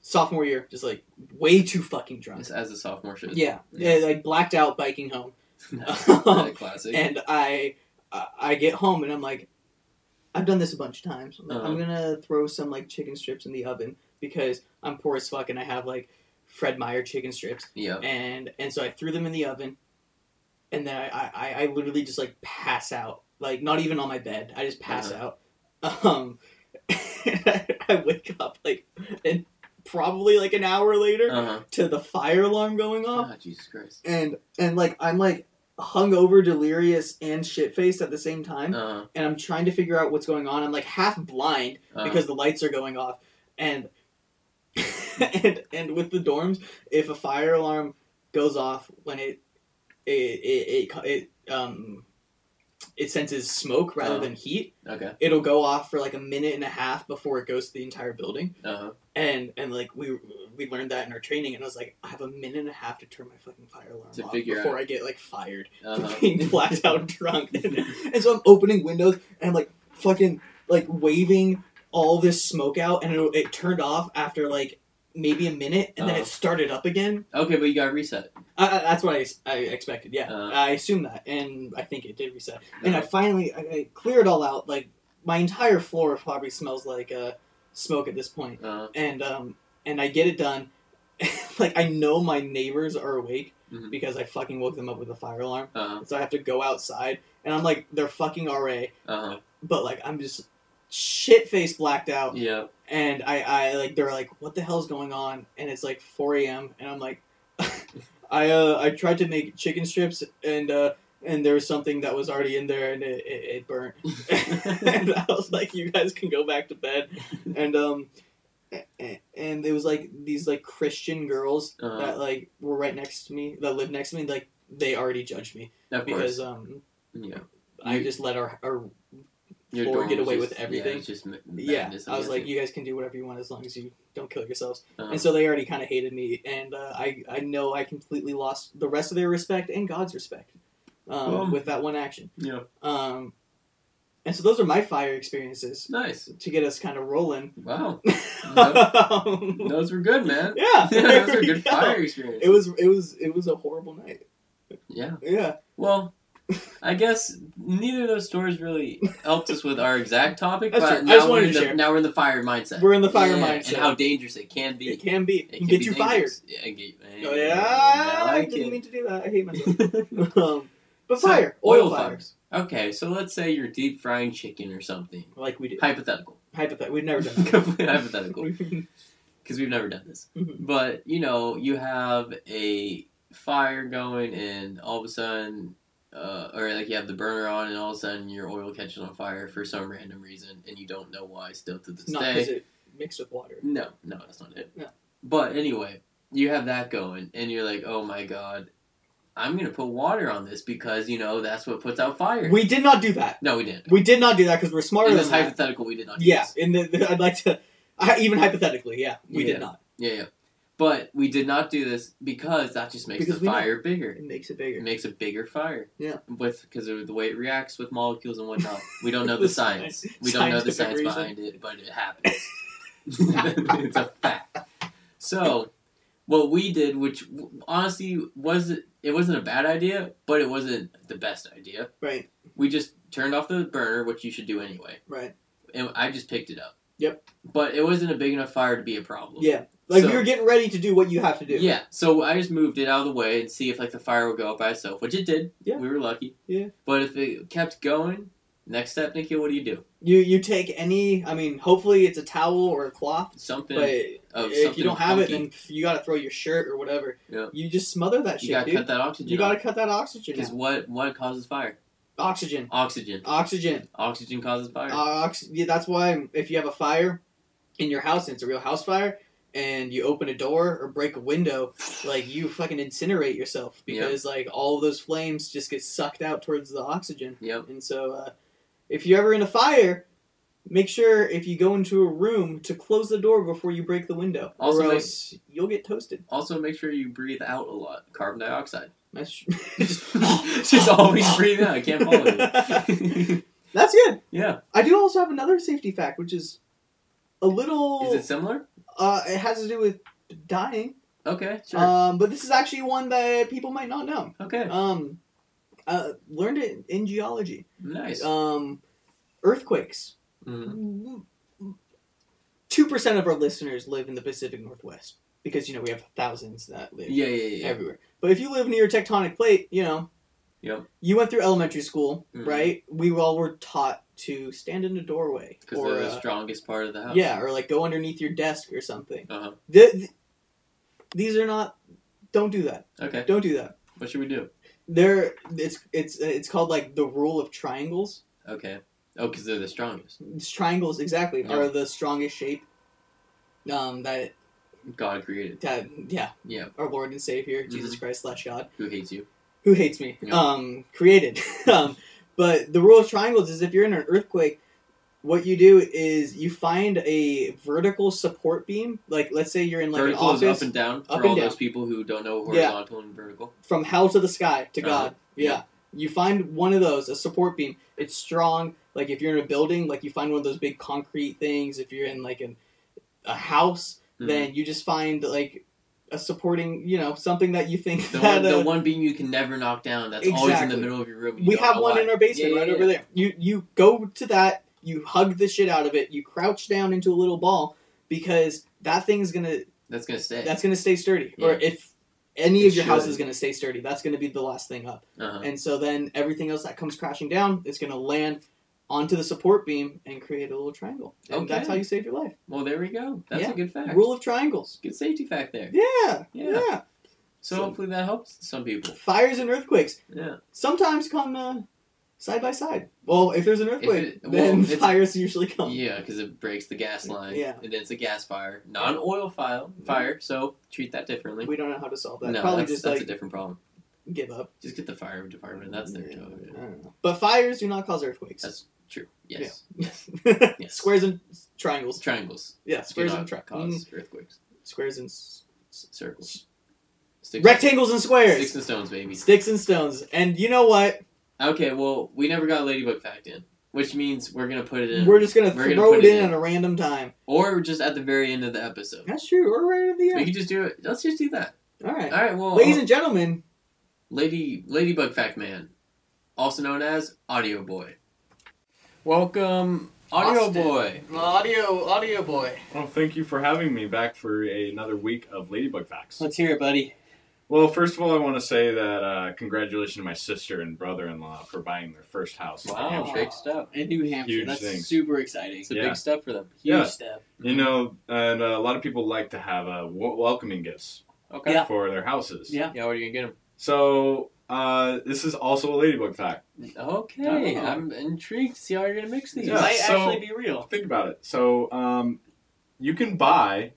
D: sophomore year just like way too fucking drunk
C: It's as a sophomore should.
D: um, yeah,
C: Yeah.
D: yeah. like blacked out biking home
C: That classic.
D: and i I- i get home and i'm like i've done this a bunch of times i'm, like, I'm gonna throw some like chicken strips in the oven because i'm poor as fuck and i have like fred meyer chicken strips
C: yeah.
D: and and so i threw them in the oven and then i i, I literally just like pass out like not even on my bed i just pass out um i wake up like and probably like an hour later
C: Uh huh.
D: to the fire alarm going off.
C: Oh, Jesus Christ.
D: and and like I'm like hungover, delirious, and shit faced at the same time,
C: Uh
D: and I'm trying to figure out what's going on. I'm like half blind
C: huh.
D: because the lights are going off, and and and with the dorms, if a fire alarm goes off when it it it it, it um it senses smoke rather
C: Uh-huh.
D: than heat,
C: okay.
D: it'll go off for like a minute and a half before it goes to the entire building
C: Uh huh.
D: and and like we we learned that in our training and i was like i have a minute and a half to turn my fucking fire alarm
C: To
D: off
C: figure
D: before
C: out.
D: i get like fired for
C: Uh
D: being blacked out drunk and, so i'm opening windows and i'm like fucking like waving all this smoke out and it, it turned off after like maybe a minute and then
C: Uh-huh.
D: it started up again
C: Okay, but you got reset.
D: I, I- that's what I, ex- I expected yeah
C: Uh-huh.
D: i assumed that and i think it did reset and I
C: Uh-huh.
D: finally I, I cleared all out like my entire floor probably smells like uh, smoke at this point
C: Uh,
D: and um and I get it done. like I know my neighbors are awake
C: Mhm.
D: because I fucking woke them up with a fire alarm.
C: uh,
D: So I have to go outside and I'm like they're fucking RA,
C: uh,
D: but like I'm just shit faced blacked out
C: yeah.
D: and I I like they're like what the hell's going on and it's like 4 a.m. and I'm like I uh, I tried to make chicken strips and uh and there was something that was already in there and it, it, it burnt
C: Uh-huh.
D: and I was like, "You guys can go back to bed." And um, a- a- and it was like these like Christian girls
C: Uh-huh.
D: that like were right next to me, that lived next to me. Like they already judged me
C: Of course.
D: because um,
C: Yeah.
D: I
C: You-
D: just let our our
C: Your
D: floor
C: dorm
D: get
C: was
D: away
C: just-
D: with everything.
C: Yeah, it's just ma-
D: yeah.
C: madness, I'm
D: I was like,
C: guessing.
D: "You guys can do whatever you want as long as you don't kill yourselves."
C: Uh-huh.
D: And so they already kind of hated me, and uh, I I know I completely lost the rest of their respect and God's respect um,
C: Well.
D: with that one action.
C: yeah.
D: Um, and so those are my fire experiences
C: Nice.
D: to get us kind of rolling.
C: Wow.
D: Um,
C: Those were good, man.
D: yeah, there
C: Those were
D: we
C: good
D: go.
C: fire experiences.
D: It was it was it was a horrible night.
C: Yeah.
D: Yeah,
C: Well, I guess neither of those stories really helped us with our exact topic,
D: That's
C: but
D: true. I
C: now
D: just
C: we're
D: wanted
C: in
D: to
C: the,
D: share.
C: now we're in the fire mindset.
D: We're in the fire
C: Yeah,
D: mindset.
C: and how dangerous it can be.
D: it can be.
C: It
D: It
C: can
D: get
C: be
D: you fired.
C: dangerous. Yeah, and get, and
D: Oh,
C: get-
D: yeah,
C: I
D: I
C: like
D: didn't
C: it.
D: mean to do that. I hate myself. um, but
C: So,
D: fire, oil, fires,
C: Okay, so let's say you're deep frying chicken or something.
D: like we do.
C: Hypothetical.
D: Hypothetical. We've never done that.
C: Completely hypothetical. because we've never done this.
D: Mhm.
C: But you know, you have a fire going, and all of a sudden, uh, or like you have the burner on, and all of a sudden your oil catches on fire for some random reason, and you don't know why. Still to this
D: Not
C: day,
D: because it mixed with water.
C: no, no, that's not it.
D: No.
C: But anyway, you have that going, and you're like, oh my god, I'm gonna put water on this because you know that's what puts out fire.
D: We did not do that.
C: no, we didn't.
D: We did not do that because we're smarter
C: In
D: than
C: this
D: that.
C: hypothetical, we did not. do
D: Yeah,
C: this.
D: in the, the- I'd like to. I, even hypothetically, yeah, we
C: Yeah.
D: did not.
C: yeah, yeah. But we did not do this because that just makes
D: Because
C: the
D: we know.
C: fire bigger.
D: It makes it
C: It
D: bigger.
C: makes a bigger fire.
D: Yeah.
C: With because of the way it reacts with molecules and whatnot. We don't know the,
D: The
C: science.
D: science-
C: We don't know the science
D: scientific
C: behind it, but it happens. it's a fact. So, what we did, which honestly was it wasn't a bad idea, but it wasn't the best idea.
D: Right,
C: We just turned off the burner, which you should do anyway.
D: right.
C: And I just picked it up.
D: Yep.
C: But it wasn't a big enough fire to be a problem.
D: Yeah, like
C: So-
D: we were getting ready to do what you have to do.
C: Yeah, so I just moved it out of the way and see if like the fire would go up by itself, which it did.
D: Yeah.
C: we were lucky.
D: Yeah.
C: but if it kept going, next step, Nikki, what do you do?
D: You you take any. I mean, hopefully it's a towel or a cloth.
C: Something.
D: But
C: of
D: if
C: something
D: you don't have it,
C: funky.
D: then you gotta throw your shirt or whatever.
C: Yeah.
D: You just smother that
C: you
D: shit,
C: gotta
D: dude.
C: cut that oxygen.
D: you gotta cut that oxygen.
C: because
D: out.
C: what what causes fire?
D: Oxygen,
C: Oxygen.
D: oxygen,
C: Oxygen causes fire.
D: ox. Yeah, that's why if you have a fire in your house and it's a real house fire, and you open a door or break a window, like you fucking incinerate yourself
C: Yeah.
D: because like all of those flames just get sucked out towards the oxygen.
C: yep.
D: And so, uh, if you're ever in a fire, make sure if you go into a room to close the door before you break the window,
C: Also
D: or
C: make-
D: else you'll get toasted.
C: Also, make sure you breathe out a lot. Carbon dioxide.
D: That's
C: Just always breathe out. I can't follow you.
D: that's good.
C: yeah.
D: I do also have another safety fact, which is a little.
C: Is it similar?
D: uh, it has to do with dying.
C: Okay. Sure.
D: Um, but this is actually one that people might not know.
C: okay.
D: Um, uh, learned it in geology.
C: nice.
D: Um, earthquakes.
C: Mhm.
D: two percent of our listeners live in the Pacific Northwest because you know we have thousands that live
C: Yeah. Yeah. Yeah. yeah.
D: everywhere. But if you live near a tectonic plate, you know,
C: Yep.
D: you went through elementary school,
C: Mhm.
D: right? We all were taught to stand in a doorway
C: because
D: or
C: they're the
D: uh,
C: strongest part of the house.
D: yeah, or like go underneath your desk or something.
C: Uh-huh.
D: Th th- these are not. Don't do that.
C: Okay.
D: Don't do that.
C: What should we do?
D: They're it's it's it's called like the rule of triangles.
C: Okay. Oh, because they're the strongest.
D: It's triangles exactly
C: Yeah.
D: are the strongest shape. Um, that
C: God created.
D: that yeah
C: Yeah. Mm-hmm.
D: our Lord and Savior Jesus Christ slash God
C: Who hates you?
D: who hates me
C: Yeah.
D: um created um but the rule of triangles is if you're in an earthquake what you do is you find a vertical support beam like let's say you're in like
C: vertical
D: an
C: is
D: office
C: up and down for
D: Up and
C: all
D: down.
C: those people who don't know
D: Yeah.
C: horizontal and vertical.
D: from hell to the sky to
C: Uh-huh.
D: god yeah.
C: Yeah.
D: you find one of those a support beam it's strong like if you're in a building like you find one of those big concrete things if you're in like an, a house
C: Mhm.
D: then you just find like a supporting you know something that you think
C: The,
D: that
C: one, the
D: uh,
C: one beam you can never knock down. That's always in the
D: Exactly.
C: middle of your room. and you
D: we
C: don't
D: have
C: know
D: one
C: why.
D: in our basement
C: Yeah,
D: right
C: yeah,
D: over
C: yeah.
D: there. You you go to that, you hug the shit out of it, you crouch down into a little ball because that thing's gonna
C: That's gonna stay.
D: that's gonna stay sturdy. Or
C: Yeah.
D: if any
C: It
D: of your house
C: should.
D: is gonna stay sturdy, that's gonna be the last thing up.
C: uh-huh.
D: And so then everything else that comes crashing down is gonna land onto the support beam and create a little triangle. And that's
C: Okay.
D: how you save your life.
C: Well, there we go. That's
D: Yeah.
C: a good fact.
D: Rule of triangles.
C: Good safety fact there.
D: Yeah,
C: Yeah.
D: yeah.
C: So,
D: So-
C: hopefully that helps some people.
D: Fires and earthquakes
C: Yeah.
D: sometimes come uh, side by side. Well, if there's an earthquake,
C: it- well,
D: then
C: it's-
D: fires usually come.
C: Yeah, because it breaks the gas line.
D: Yeah. Mm-hmm.
C: And then it's a gas fire, not an oil fire. Fire. So treat that differently.
D: We don't know how to solve that.
C: no,
D: Probably
C: that's,
D: just
C: that's
D: like
C: a different problem.
D: give up.
C: Just get the fire department. That's their
D: Yeah,
C: job.
D: I don't know. But fires do not cause earthquakes.
C: That's true. Yes. Yes.
D: Squares and triangles.
C: Triangles
D: Yeah,
C: do
D: squares
C: not
D: and tri-
C: cause
D: mm,
C: earthquaques.
D: squares and s-
C: Circles. Sticks
D: rectangles and
C: Sticks
D: squares.
C: and stones, baby.
D: Sticks and stones. And you know what?
C: Okay, well, we never got ladybug fact in, which means we're gonna put it in,
D: We're just gonna
C: We're gonna
D: throw
C: put
D: it
C: it
D: in,
C: in.
D: at a random time.
C: or just at the very end of the episode.
D: That's true. We're right at the
C: We
D: end.
C: could just do it. Let's just do that.
D: All right,
C: All right. Well,
D: ladies and gentlemen.
C: lady ladybug fact man, also known as Audio Boy. Welcome, Audio
D: Austin.
C: Boy.
D: Audio, audio boy.
G: Well, thank you for having me back for another week of Ladybug Facts.
C: Let's hear it, buddy.
G: Well, first of all, I want to say that uh, congratulations to my sister and brother-in-law for buying their first house in New
C: Wow,
G: Hampshire.
C: big stuff.
D: In New Hampshire,
G: Huge things.
D: super exciting.
C: It's a
G: Yeah.
C: big step for them.
G: Huge Yeah.
D: step.
G: You know, and uh, a lot of people like to have uh, w- welcoming gifts
C: Okay.
D: Yeah.
G: for their houses.
D: Yeah.
C: Yeah. What are you gonna
G: So uh, this is also a Ladybug Fact.
C: get them? Okay.
G: Oh.
C: I'm intrigued. to See how you're gonna mix these.
G: Yeah, Might so- actually
C: be real.
G: Think about it. So um, you can buy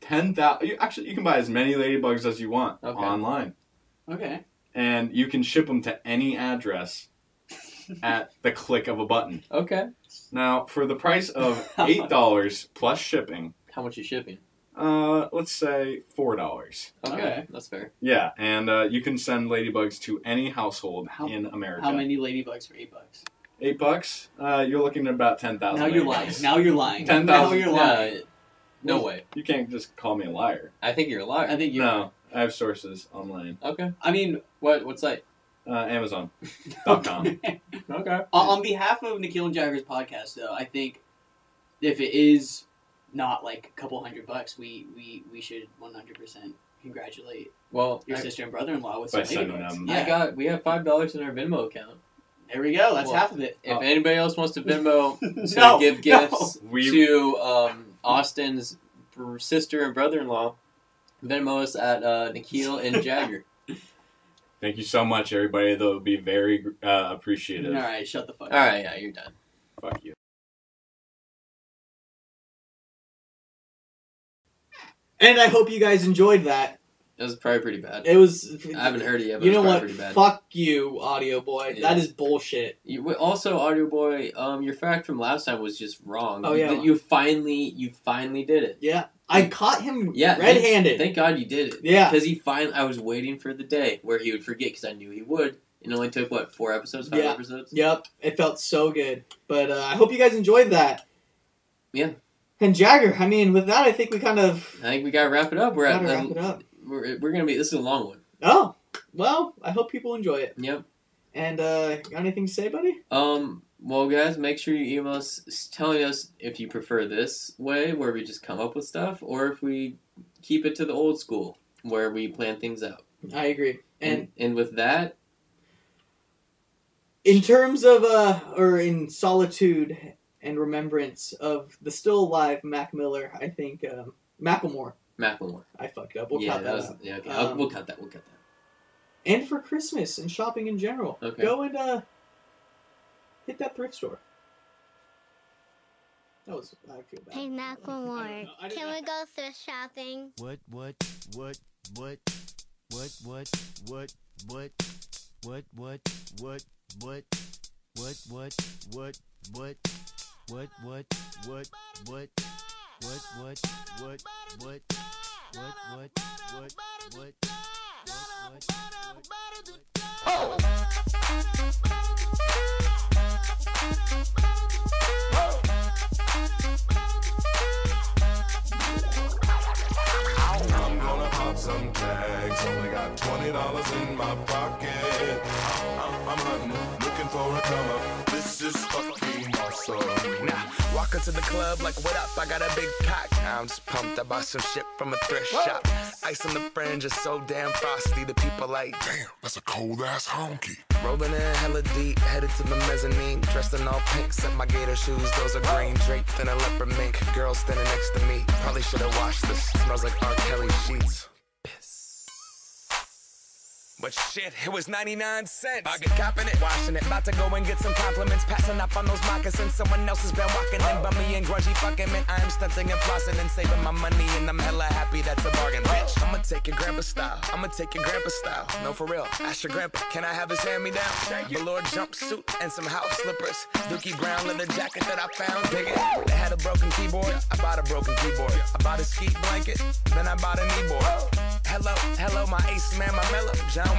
G: ten thousand. Actually, you can buy as many ladybugs as you want
C: Okay.
G: online.
D: Okay.
G: and you can ship them to any address at the click of a button.
C: Uh, Okay.
G: Now, for the price of eight dollars plus shipping,
C: How much is shipping?
G: uh, let's say four dollars.
C: Okay,
D: Okay.
C: that's fair.
G: Yeah, and uh, you can send ladybugs to any household
D: How-
G: in America.
D: many ladybugs for eight bucks?
G: Eight bucks. Uh, you're looking at about ten thousand.
D: Now you're lying.
G: Ten thousand.
C: No, no way.
G: You can't just call me a liar.
C: I think you're a liar.
D: think
G: No, I have sources online.
C: Okay.
D: I mean,
C: What? What site?
G: Uh, Amazon.com.
C: Okay.
H: On on behalf of Nikhil and Jagger's podcast, though, I think if it is not like a couple hundred bucks, we we, we should one hundred percent congratulate
C: Well,
H: your
C: I-
H: sister and brother in law with
G: By
H: some
G: sending
H: ladybugs.
G: them-
H: Yeah,
C: I got. We have five dollars in our Venmo account.
H: there we go. That's
C: Well,
H: half of it.
C: If
G: Oh.
C: anybody else wants to Venmo to
H: No,
C: give
H: no.
C: gifts
G: We-
C: to um, Austin's br- sister and brother-in-law, Venmo us at uh, Nikhil and Jagger.
G: Thank you so much, everybody. That would be very uh, appreciative.
H: All right, shut the fuck
C: All
H: up.
C: right. Yeah, you're done.
G: Fuck you.
D: and I hope you guys enjoyed that.
C: That was probably pretty bad.
D: It was.
C: I haven't heard it yet. But
D: You
C: it's
D: know
C: probably
D: what?
C: Pretty bad.
D: Fuck you, audio boy.
C: Yeah.
D: That is bullshit.
C: You, w- also, Audio Boy, um, your fact from last time was just wrong.
D: Oh,
C: You-
D: yeah.
C: that you finally, you finally did it.
D: Yeah, I caught him
C: Yeah,
D: red-handed.
C: Thank God you did it.
D: yeah,
C: Because he finally, I was waiting for the day where he would forget because I knew he would. It only took, what, four episodes, five
D: Yeah.
C: episodes?
D: yep. It felt so good. But uh, I hope you guys enjoyed that.
C: Yeah.
D: And Jagger, I mean, with that, I think we kind of
C: I think we gotta wrap it up. We're at
D: gotta
C: the-
D: wrap it up.
C: We're, we're gonna be, this is a long one.
D: Oh, well, I hope people enjoy it.
C: Yep.
D: And uh, got anything to say, buddy?
C: Um, well, guys, make sure you email us s- telling us if you prefer this way where we just come up with stuff or if we keep it to the old school where we plan things out.
D: I agree. And
C: and with that,
D: in terms of uh or in solitude and remembrance of the still alive Mac Miller, I think um, Macklemore.
C: Macklemore.
D: I fucked up. We'll
C: yeah,
D: cut that.
C: was,
D: out.
C: yeah, okay. I'll-
D: Um,
C: we'll cut that. We'll cut that.
D: And for Christmas and shopping in general,
C: Okay.
D: go and uh hit that thrift store. That was I feel bad.
I: Hey, Macklemore,
D: I didn't
I: can
D: know.
I: we go thrift shopping?
J: What, what, what, what, what, what, what, what, what, what, what, what, what, what, what, what, what, what, what, what, what, what, what, what, what, what, what, what, what,
K: I'm gonna pop some tags. Only got twenty dollars in my pocket. I'm, I'm hunting, looking for a come up. This is fucking awesome.
F: Now, walk into the club like, what up? I got a big pack. I'm just pumped. I bought some shit from a thrift shop. Ice on the fringe is so damn frosty. The people like,
B: Damn, that's a cold ass honky.
F: rolling in hella deep, headed to the mezzanine. Dressed in all pink, set my gator shoes. Those are green draped in a leopard mink. Girl standing next to me. Probably should have washed this. Smells like R. Kelly sheets. But shit, it was 99 cents. I get copping it, washing it. About to go and get some compliments. Passing up on those moccasins. Someone else has been walking in. Bummy and grungy fucking man. I am stunting and flossing and saving my money. And I'm hella happy that's a bargain, bitch. I'ma take your grandpa style. I'ma take your grandpa style. No, for real. Ask your grandpa, can I have his hand me down? Thank you. Velour jumpsuit and some house slippers. Dookie brown leather jacket that I found. Dig it. They had a broken keyboard. I bought a broken keyboard. I bought a ski blanket. Then I bought a kneeboard. Hello, hello, my ace man, my mellow. John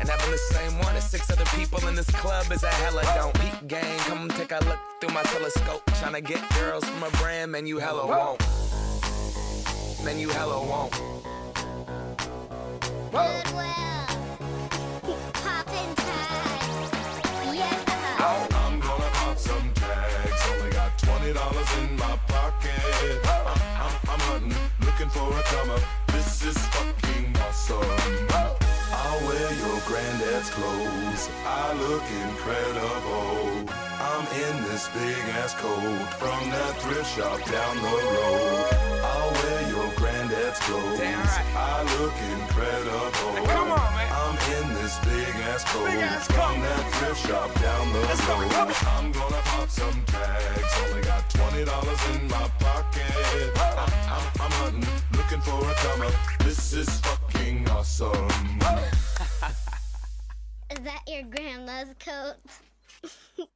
F: And having the same one as six other people in this club is a hella don't eat game. Come take a look through my telescope. Tryna get girls from a brand, man, you hella won't. Man, you hella won't.
I: Goodwill. Poppin' tags. Yeah.
K: I'm gonna pop some tags. Only got twenty dollars in my pocket. I'm, I'm, I'm hunting, looking for a come up. This is fucking awesome. I'll wear your granddad's clothes. I look incredible. I'm in this big ass coat from that thrift shop down the road. I'll wear your granddad's clothes.
F: Damn right.
K: I look incredible.
F: Come on, man.
K: I'm in this big ass coat
F: Big ass
K: from
F: coat.
K: that thrift shop down the
F: Let's go,
K: road.
F: come on.
K: I'm gonna pop some tags. Only got twenty dollars in my pocket. I'm, I'm, I'm hunting, looking for a come up. This is fucking awesome.
I: Is that your grandma's coat?